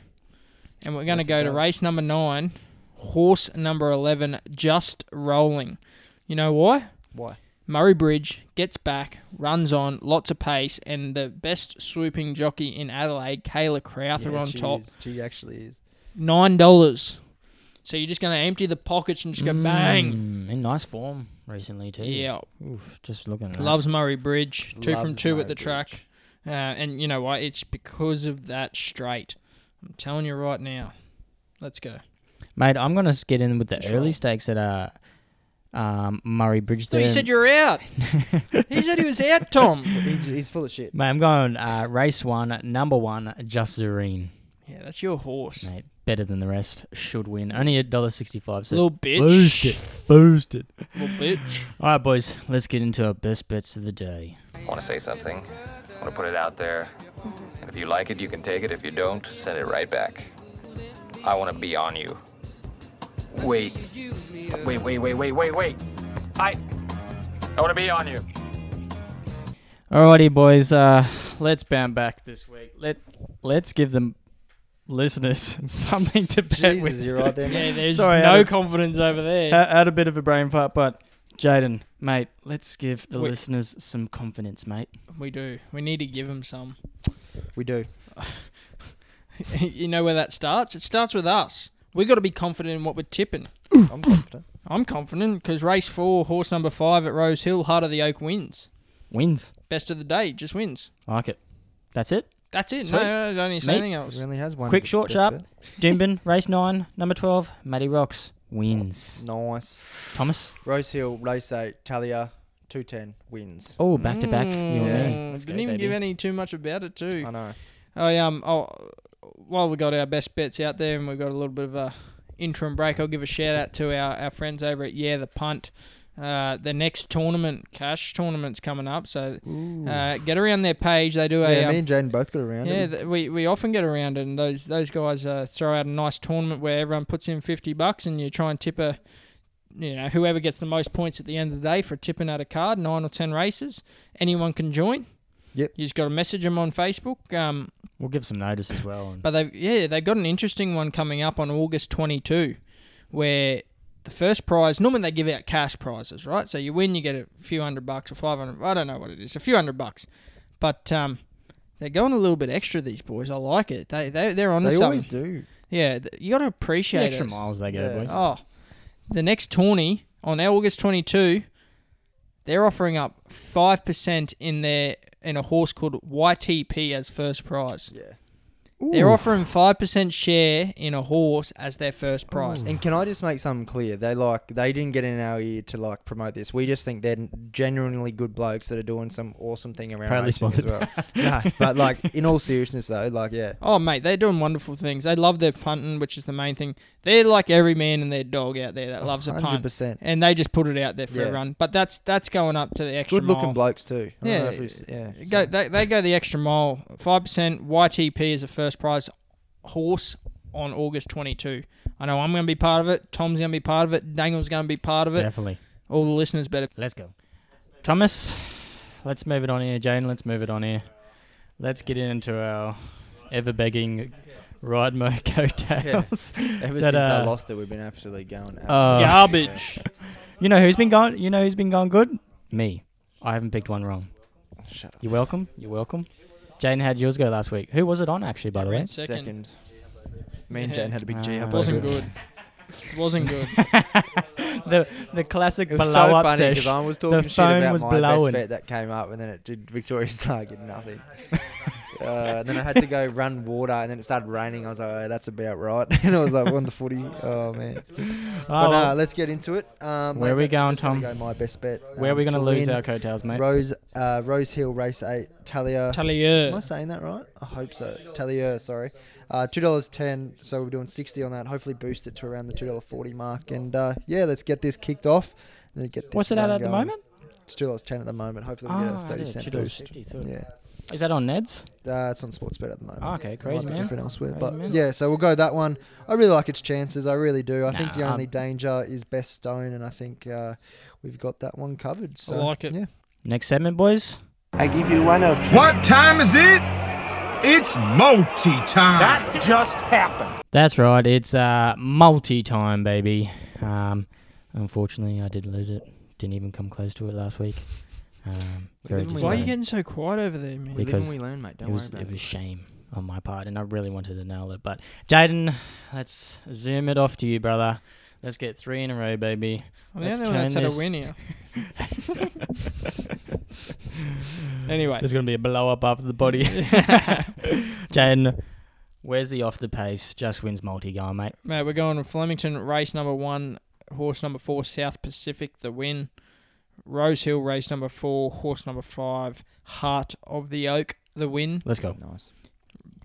[SPEAKER 3] and we're going
[SPEAKER 4] Yes,
[SPEAKER 3] to
[SPEAKER 4] it
[SPEAKER 3] go to
[SPEAKER 4] does.
[SPEAKER 3] race number nine, horse number eleven, just rolling. You know why?
[SPEAKER 4] Why?
[SPEAKER 3] Murray Bridge gets back, runs on, lots of pace, and the best swooping jockey in Adelaide, Kayla Crowther,
[SPEAKER 4] Yeah,
[SPEAKER 3] on
[SPEAKER 4] she
[SPEAKER 3] top.
[SPEAKER 4] is. She actually is.
[SPEAKER 3] Nine dollars. So you're just going to empty the pockets and just go bang.
[SPEAKER 2] Mm, in nice form recently too.
[SPEAKER 3] Yeah,
[SPEAKER 2] Oof, just looking. At that.
[SPEAKER 3] loves Murray Bridge. Two from
[SPEAKER 4] Loves
[SPEAKER 3] two
[SPEAKER 4] Murray
[SPEAKER 3] at the
[SPEAKER 4] Bridge.
[SPEAKER 3] track, uh, and you know why? It's because of that straight. I'm telling you right now. Let's go.
[SPEAKER 2] Mate, I'm gonna s- get in with the
[SPEAKER 3] Just
[SPEAKER 2] early
[SPEAKER 3] roll.
[SPEAKER 2] stakes at uh, um, Murray Bridge.
[SPEAKER 3] So you
[SPEAKER 2] there.
[SPEAKER 3] said you're out. he said he was out, Tom.
[SPEAKER 4] He's, he's full of shit.
[SPEAKER 2] Mate, I'm going uh, race one, number one, Just Zareen.
[SPEAKER 3] Yeah, that's your horse,
[SPEAKER 2] Mate, better than the rest. Should win. Only a dollar sixty-five. So
[SPEAKER 3] little bitch.
[SPEAKER 2] boosted, boosted.
[SPEAKER 3] Little bitch.
[SPEAKER 2] All right, boys, let's get into our best bets of the day.
[SPEAKER 6] I want to say something. I want to put it out there. And if you like it, you can take it. If you don't, send it right back. I want to be on you. Wait. Wait, wait, wait, wait, wait, wait. I. I want to be on you.
[SPEAKER 2] Alrighty, boys. Uh, let's bounce back this week. Let Let's give them listeners something to bet
[SPEAKER 4] Jesus,
[SPEAKER 2] with.
[SPEAKER 4] you're right there, mate.
[SPEAKER 3] Yeah, there's
[SPEAKER 2] Sorry, Uh,
[SPEAKER 3] no
[SPEAKER 2] Adam.
[SPEAKER 3] confidence over there.
[SPEAKER 2] Had, had a bit of a brain fart, but Jaden, mate, let's give the
[SPEAKER 3] Wait.
[SPEAKER 2] listeners some confidence, mate.
[SPEAKER 3] We do. We need to give him some.
[SPEAKER 4] We do.
[SPEAKER 3] you know where that starts? It starts with us. We got to be confident in what we're tipping.
[SPEAKER 4] I'm confident.
[SPEAKER 3] I'm confident because race four, horse number five at Rose Hill, Heart of the Oak wins.
[SPEAKER 2] Wins.
[SPEAKER 3] Best of the day, just wins.
[SPEAKER 2] Like it. That's it.
[SPEAKER 3] That's it.
[SPEAKER 2] Sweet.
[SPEAKER 3] No, no, no, don't need to say
[SPEAKER 2] Mate.
[SPEAKER 3] anything
[SPEAKER 4] He
[SPEAKER 3] else.
[SPEAKER 4] only has one.
[SPEAKER 2] Quick, short,
[SPEAKER 4] best
[SPEAKER 2] sharp. Doombin, race nine, number 12, Matty Rocks wins.
[SPEAKER 4] bet. Nice.
[SPEAKER 2] Thomas.
[SPEAKER 4] Rose Hill, race eight, Talia, 210, wins.
[SPEAKER 2] Oh, back to back. You and
[SPEAKER 4] Yeah.
[SPEAKER 2] me.
[SPEAKER 3] Mm,
[SPEAKER 2] Let's
[SPEAKER 3] Didn't
[SPEAKER 2] go,
[SPEAKER 3] even
[SPEAKER 2] baby.
[SPEAKER 3] give any too much about it too.
[SPEAKER 4] I know.
[SPEAKER 3] I um, oh, while we got our best bets out there and we've got a little bit of a interim break, I'll give a shout out to our, our friends over at Yeah the Punt. Uh, the next tournament, cash tournament's coming up, so uh, get around their page. They do a
[SPEAKER 4] yeah,
[SPEAKER 3] um,
[SPEAKER 4] me and Jaden both got around.
[SPEAKER 3] Yeah,
[SPEAKER 4] Yeah,
[SPEAKER 3] th- we, we often get around it, and those those guys uh, throw out a nice tournament where everyone puts in fifty bucks, and you try and tip a, you know, whoever gets the most points at the end of the day for tipping out a card, nine or ten races. Anyone can join.
[SPEAKER 4] Yep.
[SPEAKER 3] You just got to message them on Facebook. Um,
[SPEAKER 2] We'll give some notice as well. And
[SPEAKER 3] but they yeah they got an interesting one coming up on August twenty two, where the first prize normally they give out cash prizes, right? So you win, you get a few hundred bucks or five hundred. I don't know what it is, a few hundred bucks, but um. They're going a little bit extra, these boys. I like it. They they they're on
[SPEAKER 4] they
[SPEAKER 3] something.
[SPEAKER 4] always do.
[SPEAKER 3] Yeah, th- you got to
[SPEAKER 2] the
[SPEAKER 3] appreciate
[SPEAKER 2] extra
[SPEAKER 3] it.
[SPEAKER 2] miles they go,
[SPEAKER 4] Yeah.
[SPEAKER 2] boys.
[SPEAKER 3] Oh, the next tourney on August 22, they're offering up 5% in their in a horse called YTP as first prize.
[SPEAKER 4] Yeah.
[SPEAKER 3] They're offering 5% share in a horse as their first prize.
[SPEAKER 4] And can I just make something clear? They like they didn't get in our ear to like promote this. We just think they're genuinely good blokes that are doing some awesome thing around
[SPEAKER 2] Proudly
[SPEAKER 4] racing
[SPEAKER 2] sponsored.
[SPEAKER 4] as well. no, but like in all seriousness though, like yeah,
[SPEAKER 3] Oh, mate, they're doing wonderful things. They love their punting, which is the main thing. They're like every man and their dog out there that loves a
[SPEAKER 4] hundred
[SPEAKER 3] punt.
[SPEAKER 4] percent.
[SPEAKER 3] And they just put it out there for
[SPEAKER 4] Yeah.
[SPEAKER 3] everyone. But that's that's going up to the extra
[SPEAKER 4] Good looking
[SPEAKER 3] mile.
[SPEAKER 4] blokes too. I don't know
[SPEAKER 3] Yeah,
[SPEAKER 4] if we've- yeah.
[SPEAKER 3] Go,
[SPEAKER 4] so-
[SPEAKER 3] they, they go the extra mile. Five percent YTP is a first prize horse on August twenty two. I know I'm going to be part of it. Tom's going to be part of it. Daniel's going to be part of it.
[SPEAKER 2] Definitely.
[SPEAKER 3] All the listeners better.
[SPEAKER 2] Let's go. Thomas, let's move it on here. Jane, let's move it on here. Let's get into our ever begging ride mo coattails.
[SPEAKER 4] Ever
[SPEAKER 2] that,
[SPEAKER 4] since I
[SPEAKER 2] uh,
[SPEAKER 4] lost it, we've been absolutely going.
[SPEAKER 2] Uh,
[SPEAKER 4] absolutely
[SPEAKER 3] Garbage.
[SPEAKER 2] You know who's been going you know who's been going good? Me. I haven't picked one wrong.
[SPEAKER 4] Shut up.
[SPEAKER 2] You're welcome. You're welcome. Jane had yours go last week. Who was it on actually by the way?
[SPEAKER 3] Rinse it. Second.
[SPEAKER 4] Second. Me and
[SPEAKER 3] Yeah.
[SPEAKER 4] Jane had a big G
[SPEAKER 2] Ah.
[SPEAKER 4] up.
[SPEAKER 3] Wasn't
[SPEAKER 4] over it.
[SPEAKER 3] good. Wasn't good.
[SPEAKER 2] the the classic
[SPEAKER 4] It
[SPEAKER 2] blow
[SPEAKER 4] was so
[SPEAKER 2] up
[SPEAKER 4] funny
[SPEAKER 2] session.
[SPEAKER 4] because I was talking shit
[SPEAKER 2] phone
[SPEAKER 4] about
[SPEAKER 2] was
[SPEAKER 4] my
[SPEAKER 2] blowing.
[SPEAKER 4] best bet that came up, and then it did Victoria Star get nothing. uh, and then I had to go run water, and then it started raining. I was like, oh, "That's about right." and I was like, "On the footy, oh man."
[SPEAKER 2] Oh,
[SPEAKER 4] But no,
[SPEAKER 2] well,
[SPEAKER 4] let's get into it. Um,
[SPEAKER 2] Where
[SPEAKER 4] mate,
[SPEAKER 2] we going,
[SPEAKER 4] I'm just gonna
[SPEAKER 2] Tom?
[SPEAKER 4] Go my best bet.
[SPEAKER 2] where are
[SPEAKER 4] um,
[SPEAKER 2] we going to
[SPEAKER 4] to
[SPEAKER 2] lose
[SPEAKER 4] win.
[SPEAKER 2] our coattails, mate?
[SPEAKER 4] Rose, uh, Rose Hill Race Eight, Talia. Am I
[SPEAKER 3] Talia.
[SPEAKER 4] saying that right? I hope so. Talia, sorry. Uh, two dollars ten. So we're doing sixty on that. Hopefully boost it to around the two dollar forty mark. And uh, yeah, let's get this kicked off. and then Get this
[SPEAKER 2] What's it at
[SPEAKER 4] run
[SPEAKER 2] at the
[SPEAKER 4] going.
[SPEAKER 2] moment?
[SPEAKER 4] It's two dollars ten at the moment. Hopefully we get a
[SPEAKER 2] Ah,
[SPEAKER 4] thirty
[SPEAKER 2] yeah,
[SPEAKER 4] cent
[SPEAKER 2] $2.50,
[SPEAKER 4] boost.
[SPEAKER 2] too.
[SPEAKER 4] Yeah.
[SPEAKER 2] Is that on Ned's?
[SPEAKER 4] Uh, it's on Sportsbet at the moment.
[SPEAKER 2] Oh, okay,
[SPEAKER 4] It might
[SPEAKER 2] crazy
[SPEAKER 4] be
[SPEAKER 2] man.
[SPEAKER 4] Different elsewhere,
[SPEAKER 2] Crazy
[SPEAKER 4] but
[SPEAKER 2] man.
[SPEAKER 4] yeah. So we'll go that one. I really like its chances. I really do. I think the
[SPEAKER 2] Nah.
[SPEAKER 4] only danger is best stone, and I think uh, we've got that one covered. So
[SPEAKER 3] like it.
[SPEAKER 4] Yeah.
[SPEAKER 2] Next segment, boys.
[SPEAKER 7] I give you one option.
[SPEAKER 8] What time is it? It's multi time.
[SPEAKER 2] That's right. It's uh, multi time, baby. Um, unfortunately, I did lose it. Didn't even come close to it last week. Um, very
[SPEAKER 1] live and we
[SPEAKER 3] Why are you
[SPEAKER 2] disappointing.
[SPEAKER 3] getting so quiet over there, man?
[SPEAKER 1] We live
[SPEAKER 2] Because
[SPEAKER 1] and we learn, mate. Don't
[SPEAKER 2] it was
[SPEAKER 1] worry
[SPEAKER 2] it
[SPEAKER 1] about
[SPEAKER 2] was
[SPEAKER 1] it.
[SPEAKER 2] shame on my part, and I really wanted to nail it. But Jaden, let's zoom it off to you, brother. Let's get three in a row, baby.
[SPEAKER 3] I'm the
[SPEAKER 2] Let's
[SPEAKER 3] only one that's
[SPEAKER 2] turn
[SPEAKER 3] had a
[SPEAKER 2] this-
[SPEAKER 3] win here. Anyway,
[SPEAKER 2] There's gonna be a blow up after the body. Jaden, where's the off the pace? Just wins multi guy, mate.
[SPEAKER 3] mate, we're going to Flemington, race number one, horse number four, South Pacific, the win. Rose Hill, race number four, horse number five, Heart of the Oak, the win.
[SPEAKER 2] Let's go.
[SPEAKER 1] Nice.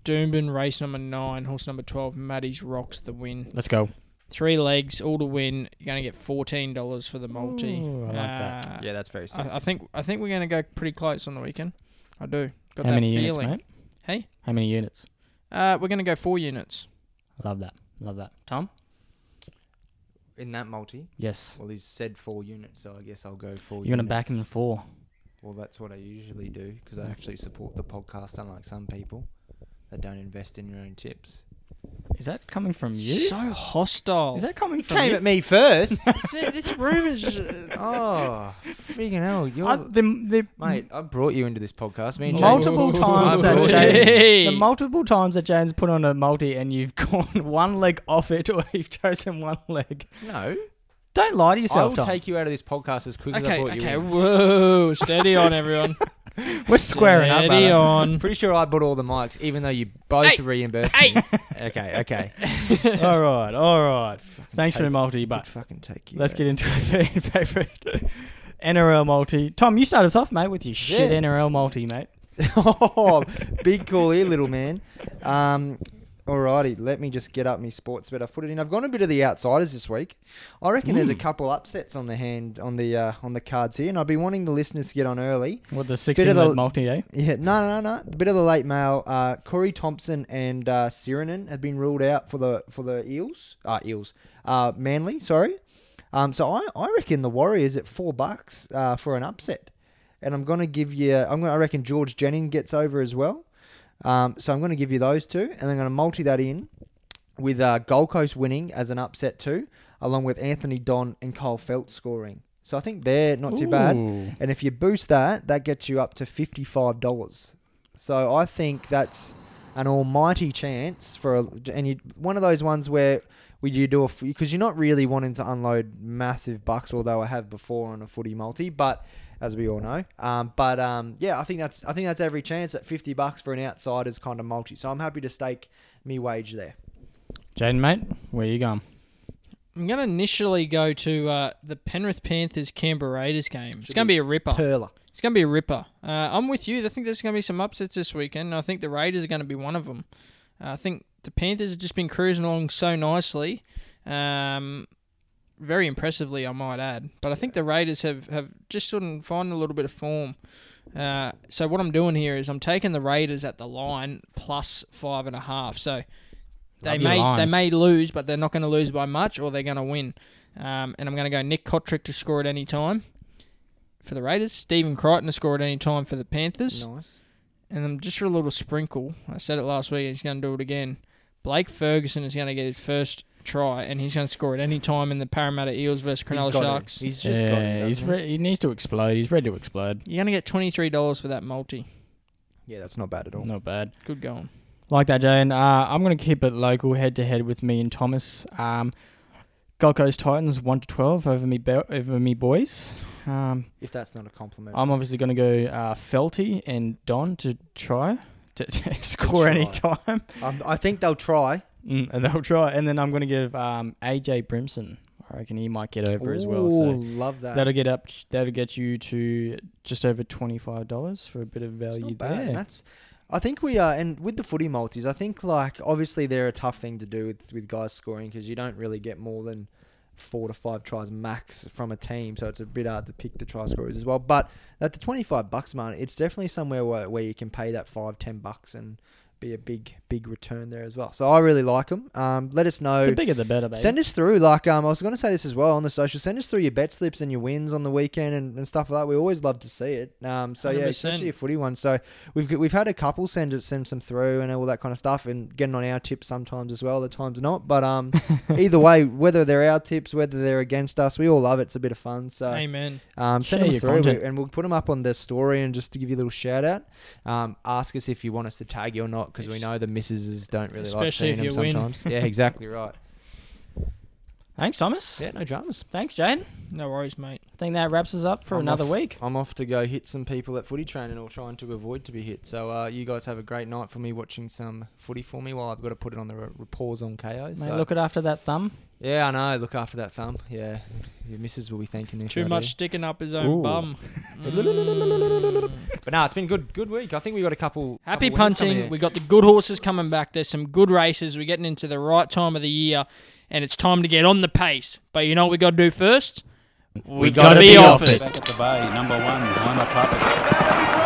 [SPEAKER 3] Doomben, race number nine, horse number 12, Maddie's Rocks, the win.
[SPEAKER 2] Let's go.
[SPEAKER 3] Three legs, all to win. You're going to get $14 for the multi.
[SPEAKER 2] Ooh, I like that.
[SPEAKER 3] Uh,
[SPEAKER 1] Yeah, that's very sexy.
[SPEAKER 3] I, I think I think we're going to go pretty close on the weekend. I do. Got
[SPEAKER 2] How
[SPEAKER 3] that
[SPEAKER 2] many
[SPEAKER 3] feeling.
[SPEAKER 2] units, mate?
[SPEAKER 3] Hey?
[SPEAKER 2] How many units?
[SPEAKER 3] Uh, we're going to go four units.
[SPEAKER 2] Love that. Love that. Tom?
[SPEAKER 1] in that multi,
[SPEAKER 2] Yes.
[SPEAKER 1] well, he's said four units, so I guess I'll go four.
[SPEAKER 2] You're gonna
[SPEAKER 1] units.
[SPEAKER 2] back him in four.
[SPEAKER 1] Well, that's what I usually do because I actually support the podcast, unlike some people that don't invest in your own tips.
[SPEAKER 2] Is that coming from you?
[SPEAKER 3] So hostile.
[SPEAKER 2] Is that coming from
[SPEAKER 1] Came
[SPEAKER 2] you?
[SPEAKER 1] at me first.
[SPEAKER 3] See, this room is just,
[SPEAKER 1] oh, freaking hell! You're
[SPEAKER 2] I- the, the
[SPEAKER 1] mate. I brought you into this podcast. Me and James.
[SPEAKER 2] multiple
[SPEAKER 3] James.
[SPEAKER 2] times
[SPEAKER 1] I
[SPEAKER 2] that
[SPEAKER 1] brought
[SPEAKER 2] James,
[SPEAKER 3] you.
[SPEAKER 2] the multiple times that James put on a multi and you've gone one leg off it or you've chosen one leg.
[SPEAKER 1] No,
[SPEAKER 2] Don't lie to
[SPEAKER 1] I
[SPEAKER 2] yourself,
[SPEAKER 1] will
[SPEAKER 2] Tom.
[SPEAKER 1] take you out of this podcast as quick as I
[SPEAKER 3] okay,
[SPEAKER 1] brought you.
[SPEAKER 3] okay,
[SPEAKER 1] in.
[SPEAKER 3] whoa, steady on everyone,
[SPEAKER 2] We're squaring up.
[SPEAKER 3] steady
[SPEAKER 2] brother.
[SPEAKER 3] on.
[SPEAKER 1] Pretty sure I bought all the mics, even though you both
[SPEAKER 3] Hey!
[SPEAKER 1] reimbursed
[SPEAKER 3] Hey!
[SPEAKER 1] me. Okay, okay.
[SPEAKER 2] all right, all right. Thanks for the
[SPEAKER 1] take-
[SPEAKER 2] multi, but
[SPEAKER 1] fucking take you.
[SPEAKER 2] let's get into our fan favourite NRL multi. Tom, you start us off, mate, with your shit
[SPEAKER 4] Yeah.
[SPEAKER 2] NRL multi, mate.
[SPEAKER 4] oh, big call here, little man. Um, alrighty, let me just get up my sports bet. I've put it in. I've gone a bit of the outsiders this week. I reckon there's a couple upsets on the hand on the uh, on the cards here, and I'd be wanting the listeners to get on early.
[SPEAKER 2] With the
[SPEAKER 4] Bit
[SPEAKER 2] 16
[SPEAKER 4] of the-
[SPEAKER 2] leg multi, eh?
[SPEAKER 4] Yeah, no, no, no. A bit of the late mail. Uh, Corey Thompson and uh, Sirenen have been ruled out for the for the Eels. Uh, Eels. Uh, Manly, sorry. Um, so I, I reckon the Warriors at four bucks uh, for an upset, and I'm gonna give you. I'm gonna. I reckon George Jennings gets over as well. Um, so I'm gonna give you those two, and I'm gonna multi that in with uh, Gold Coast winning as an upset too, along with Anthony Don and Cole Felt scoring. So I think they're not too bad.
[SPEAKER 2] Ooh.
[SPEAKER 4] And if you boost that, that gets you up to fifty-five dollars. So I think that's an almighty chance for a, and you one of those ones where we you do a because you're not really wanting to unload massive bucks, although I have before on a footy multi, but as we all know, um, but um, yeah, I think that's I think that's every chance at fifty bucks for an outsider's kind of multi. So I'm happy to stake me wage there.
[SPEAKER 2] Jaden, mate, where you going?
[SPEAKER 3] I'm gonna initially go to uh, the Penrith Panthers Canberra Raiders game. It's gonna be a ripper.
[SPEAKER 4] Perla.
[SPEAKER 3] It's gonna be a ripper. Uh, I'm with you. I think there's gonna be some upsets this weekend. and I think the Raiders are gonna be one of them. Uh, I think the Panthers have just been cruising along so nicely, um, very impressively, I might add. But I think the Raiders have have just sort of found a little bit of form. Uh, so what I'm doing here is I'm taking the Raiders at the line plus five and a half. So they
[SPEAKER 2] Love your
[SPEAKER 3] may
[SPEAKER 2] lines.
[SPEAKER 3] they may lose, but they're not going to lose by much, or they're going to win. Um, and I'm going to go Nick Kotrick to score at any time for the Raiders, Stephen Crichton to score at any time for the Panthers,
[SPEAKER 4] Nice.
[SPEAKER 3] and then just for a little sprinkle, I said it last week, he's going to do it again. Blake Ferguson is going to get his first try, and he's going to score at any time in the Parramatta Eels versus Cronulla
[SPEAKER 4] He's got it.
[SPEAKER 3] Sharks.
[SPEAKER 4] He's just
[SPEAKER 2] yeah,
[SPEAKER 4] got it.
[SPEAKER 2] he's
[SPEAKER 4] doesn't he?
[SPEAKER 2] re- he needs to explode. He's ready to explode.
[SPEAKER 3] You're going to get $23 for that multi.
[SPEAKER 4] yeah, that's not bad at all.
[SPEAKER 2] Not bad.
[SPEAKER 3] Good going.
[SPEAKER 2] Like that, Jane. Uh, I'm going to keep it local, head to head with me and Thomas. Um, Gold Coast Titans one to twelve over me, be- over me boys. Um,
[SPEAKER 4] If that's not a compliment.
[SPEAKER 2] I'm obviously going to go uh, Felty and Don to try to, to score
[SPEAKER 4] try.
[SPEAKER 2] any time,
[SPEAKER 4] Um, I think they'll try.
[SPEAKER 2] mm, and they'll try. And then I'm going to give um, AJ Brimson. I reckon he might get over as well.
[SPEAKER 4] Ooh,
[SPEAKER 2] So
[SPEAKER 4] love that.
[SPEAKER 2] that'll get up. That'll get you to just over twenty five dollars for a bit of
[SPEAKER 4] It's
[SPEAKER 2] value
[SPEAKER 4] not bad.
[SPEAKER 2] there.
[SPEAKER 4] And that's, I think we are, and with the footy multis, I think like obviously they're a tough thing to do with, with guys scoring because you don't really get more than four to five tries max from a team, so it's a bit hard to pick the try scorers as well. But at the twenty five bucks mark, it's definitely somewhere where, where you can pay that five ten bucks and be a big big return there as well. So I really like them. Um, let us know.
[SPEAKER 2] The bigger the better, baby.
[SPEAKER 4] Send us through, like um, I was going to say this as well on the social. Send us through your bet slips and your wins on the weekend and, and stuff like that. We always love to see it. Um, so yeah,
[SPEAKER 3] 100%.
[SPEAKER 4] especially your footy ones. So we've got- we've had a couple send us send some through and all that kind of stuff, and getting on our tips sometimes as well. At times not, but um, either way, whether they're our tips, whether they're against us, we all love it. It's a bit of fun. So
[SPEAKER 3] Amen.
[SPEAKER 4] um,
[SPEAKER 2] Share
[SPEAKER 4] send them
[SPEAKER 2] your
[SPEAKER 4] through,
[SPEAKER 2] content.
[SPEAKER 4] we- and we'll put them up on the story. And just to give you a little shout out, um, ask us if you want us to tag you or not, because we
[SPEAKER 3] Yes.
[SPEAKER 4] know the missuses don't really like
[SPEAKER 3] Especially
[SPEAKER 4] seeing
[SPEAKER 3] if
[SPEAKER 4] them
[SPEAKER 3] you win.
[SPEAKER 4] sometimes. yeah, exactly right.
[SPEAKER 2] Thanks, Thomas.
[SPEAKER 4] Yeah, no dramas.
[SPEAKER 2] Thanks, Jane.
[SPEAKER 3] No worries, mate.
[SPEAKER 2] I think that wraps us up for
[SPEAKER 4] I'm
[SPEAKER 2] another
[SPEAKER 4] off-
[SPEAKER 2] week.
[SPEAKER 4] I'm off to go hit some people at footy training or trying to avoid to be hit. So uh, you guys have a great night for me watching some footy for me while I've got to put it on the r- pause on KO.
[SPEAKER 2] Mate,
[SPEAKER 4] so-
[SPEAKER 2] look at after that thumb.
[SPEAKER 4] yeah, I know. Look after that thumb. Yeah, your missus will be thanking me. for
[SPEAKER 3] Too
[SPEAKER 4] that,
[SPEAKER 3] much
[SPEAKER 4] eh?
[SPEAKER 3] sticking up his own
[SPEAKER 2] Ooh.
[SPEAKER 3] bum. Mm.
[SPEAKER 4] But no, it's been good. Good week. I think we got a couple.
[SPEAKER 3] Happy
[SPEAKER 4] couple winners coming
[SPEAKER 3] punting.
[SPEAKER 4] in.
[SPEAKER 3] We got the good horses coming back. There's some good races. We're getting into the right time of the year, and it's time to get on the pace. But you know what we got to do first?
[SPEAKER 1] We
[SPEAKER 3] gotta gotta be be off off it.
[SPEAKER 1] Back at the bay, number one, I'm a puppet.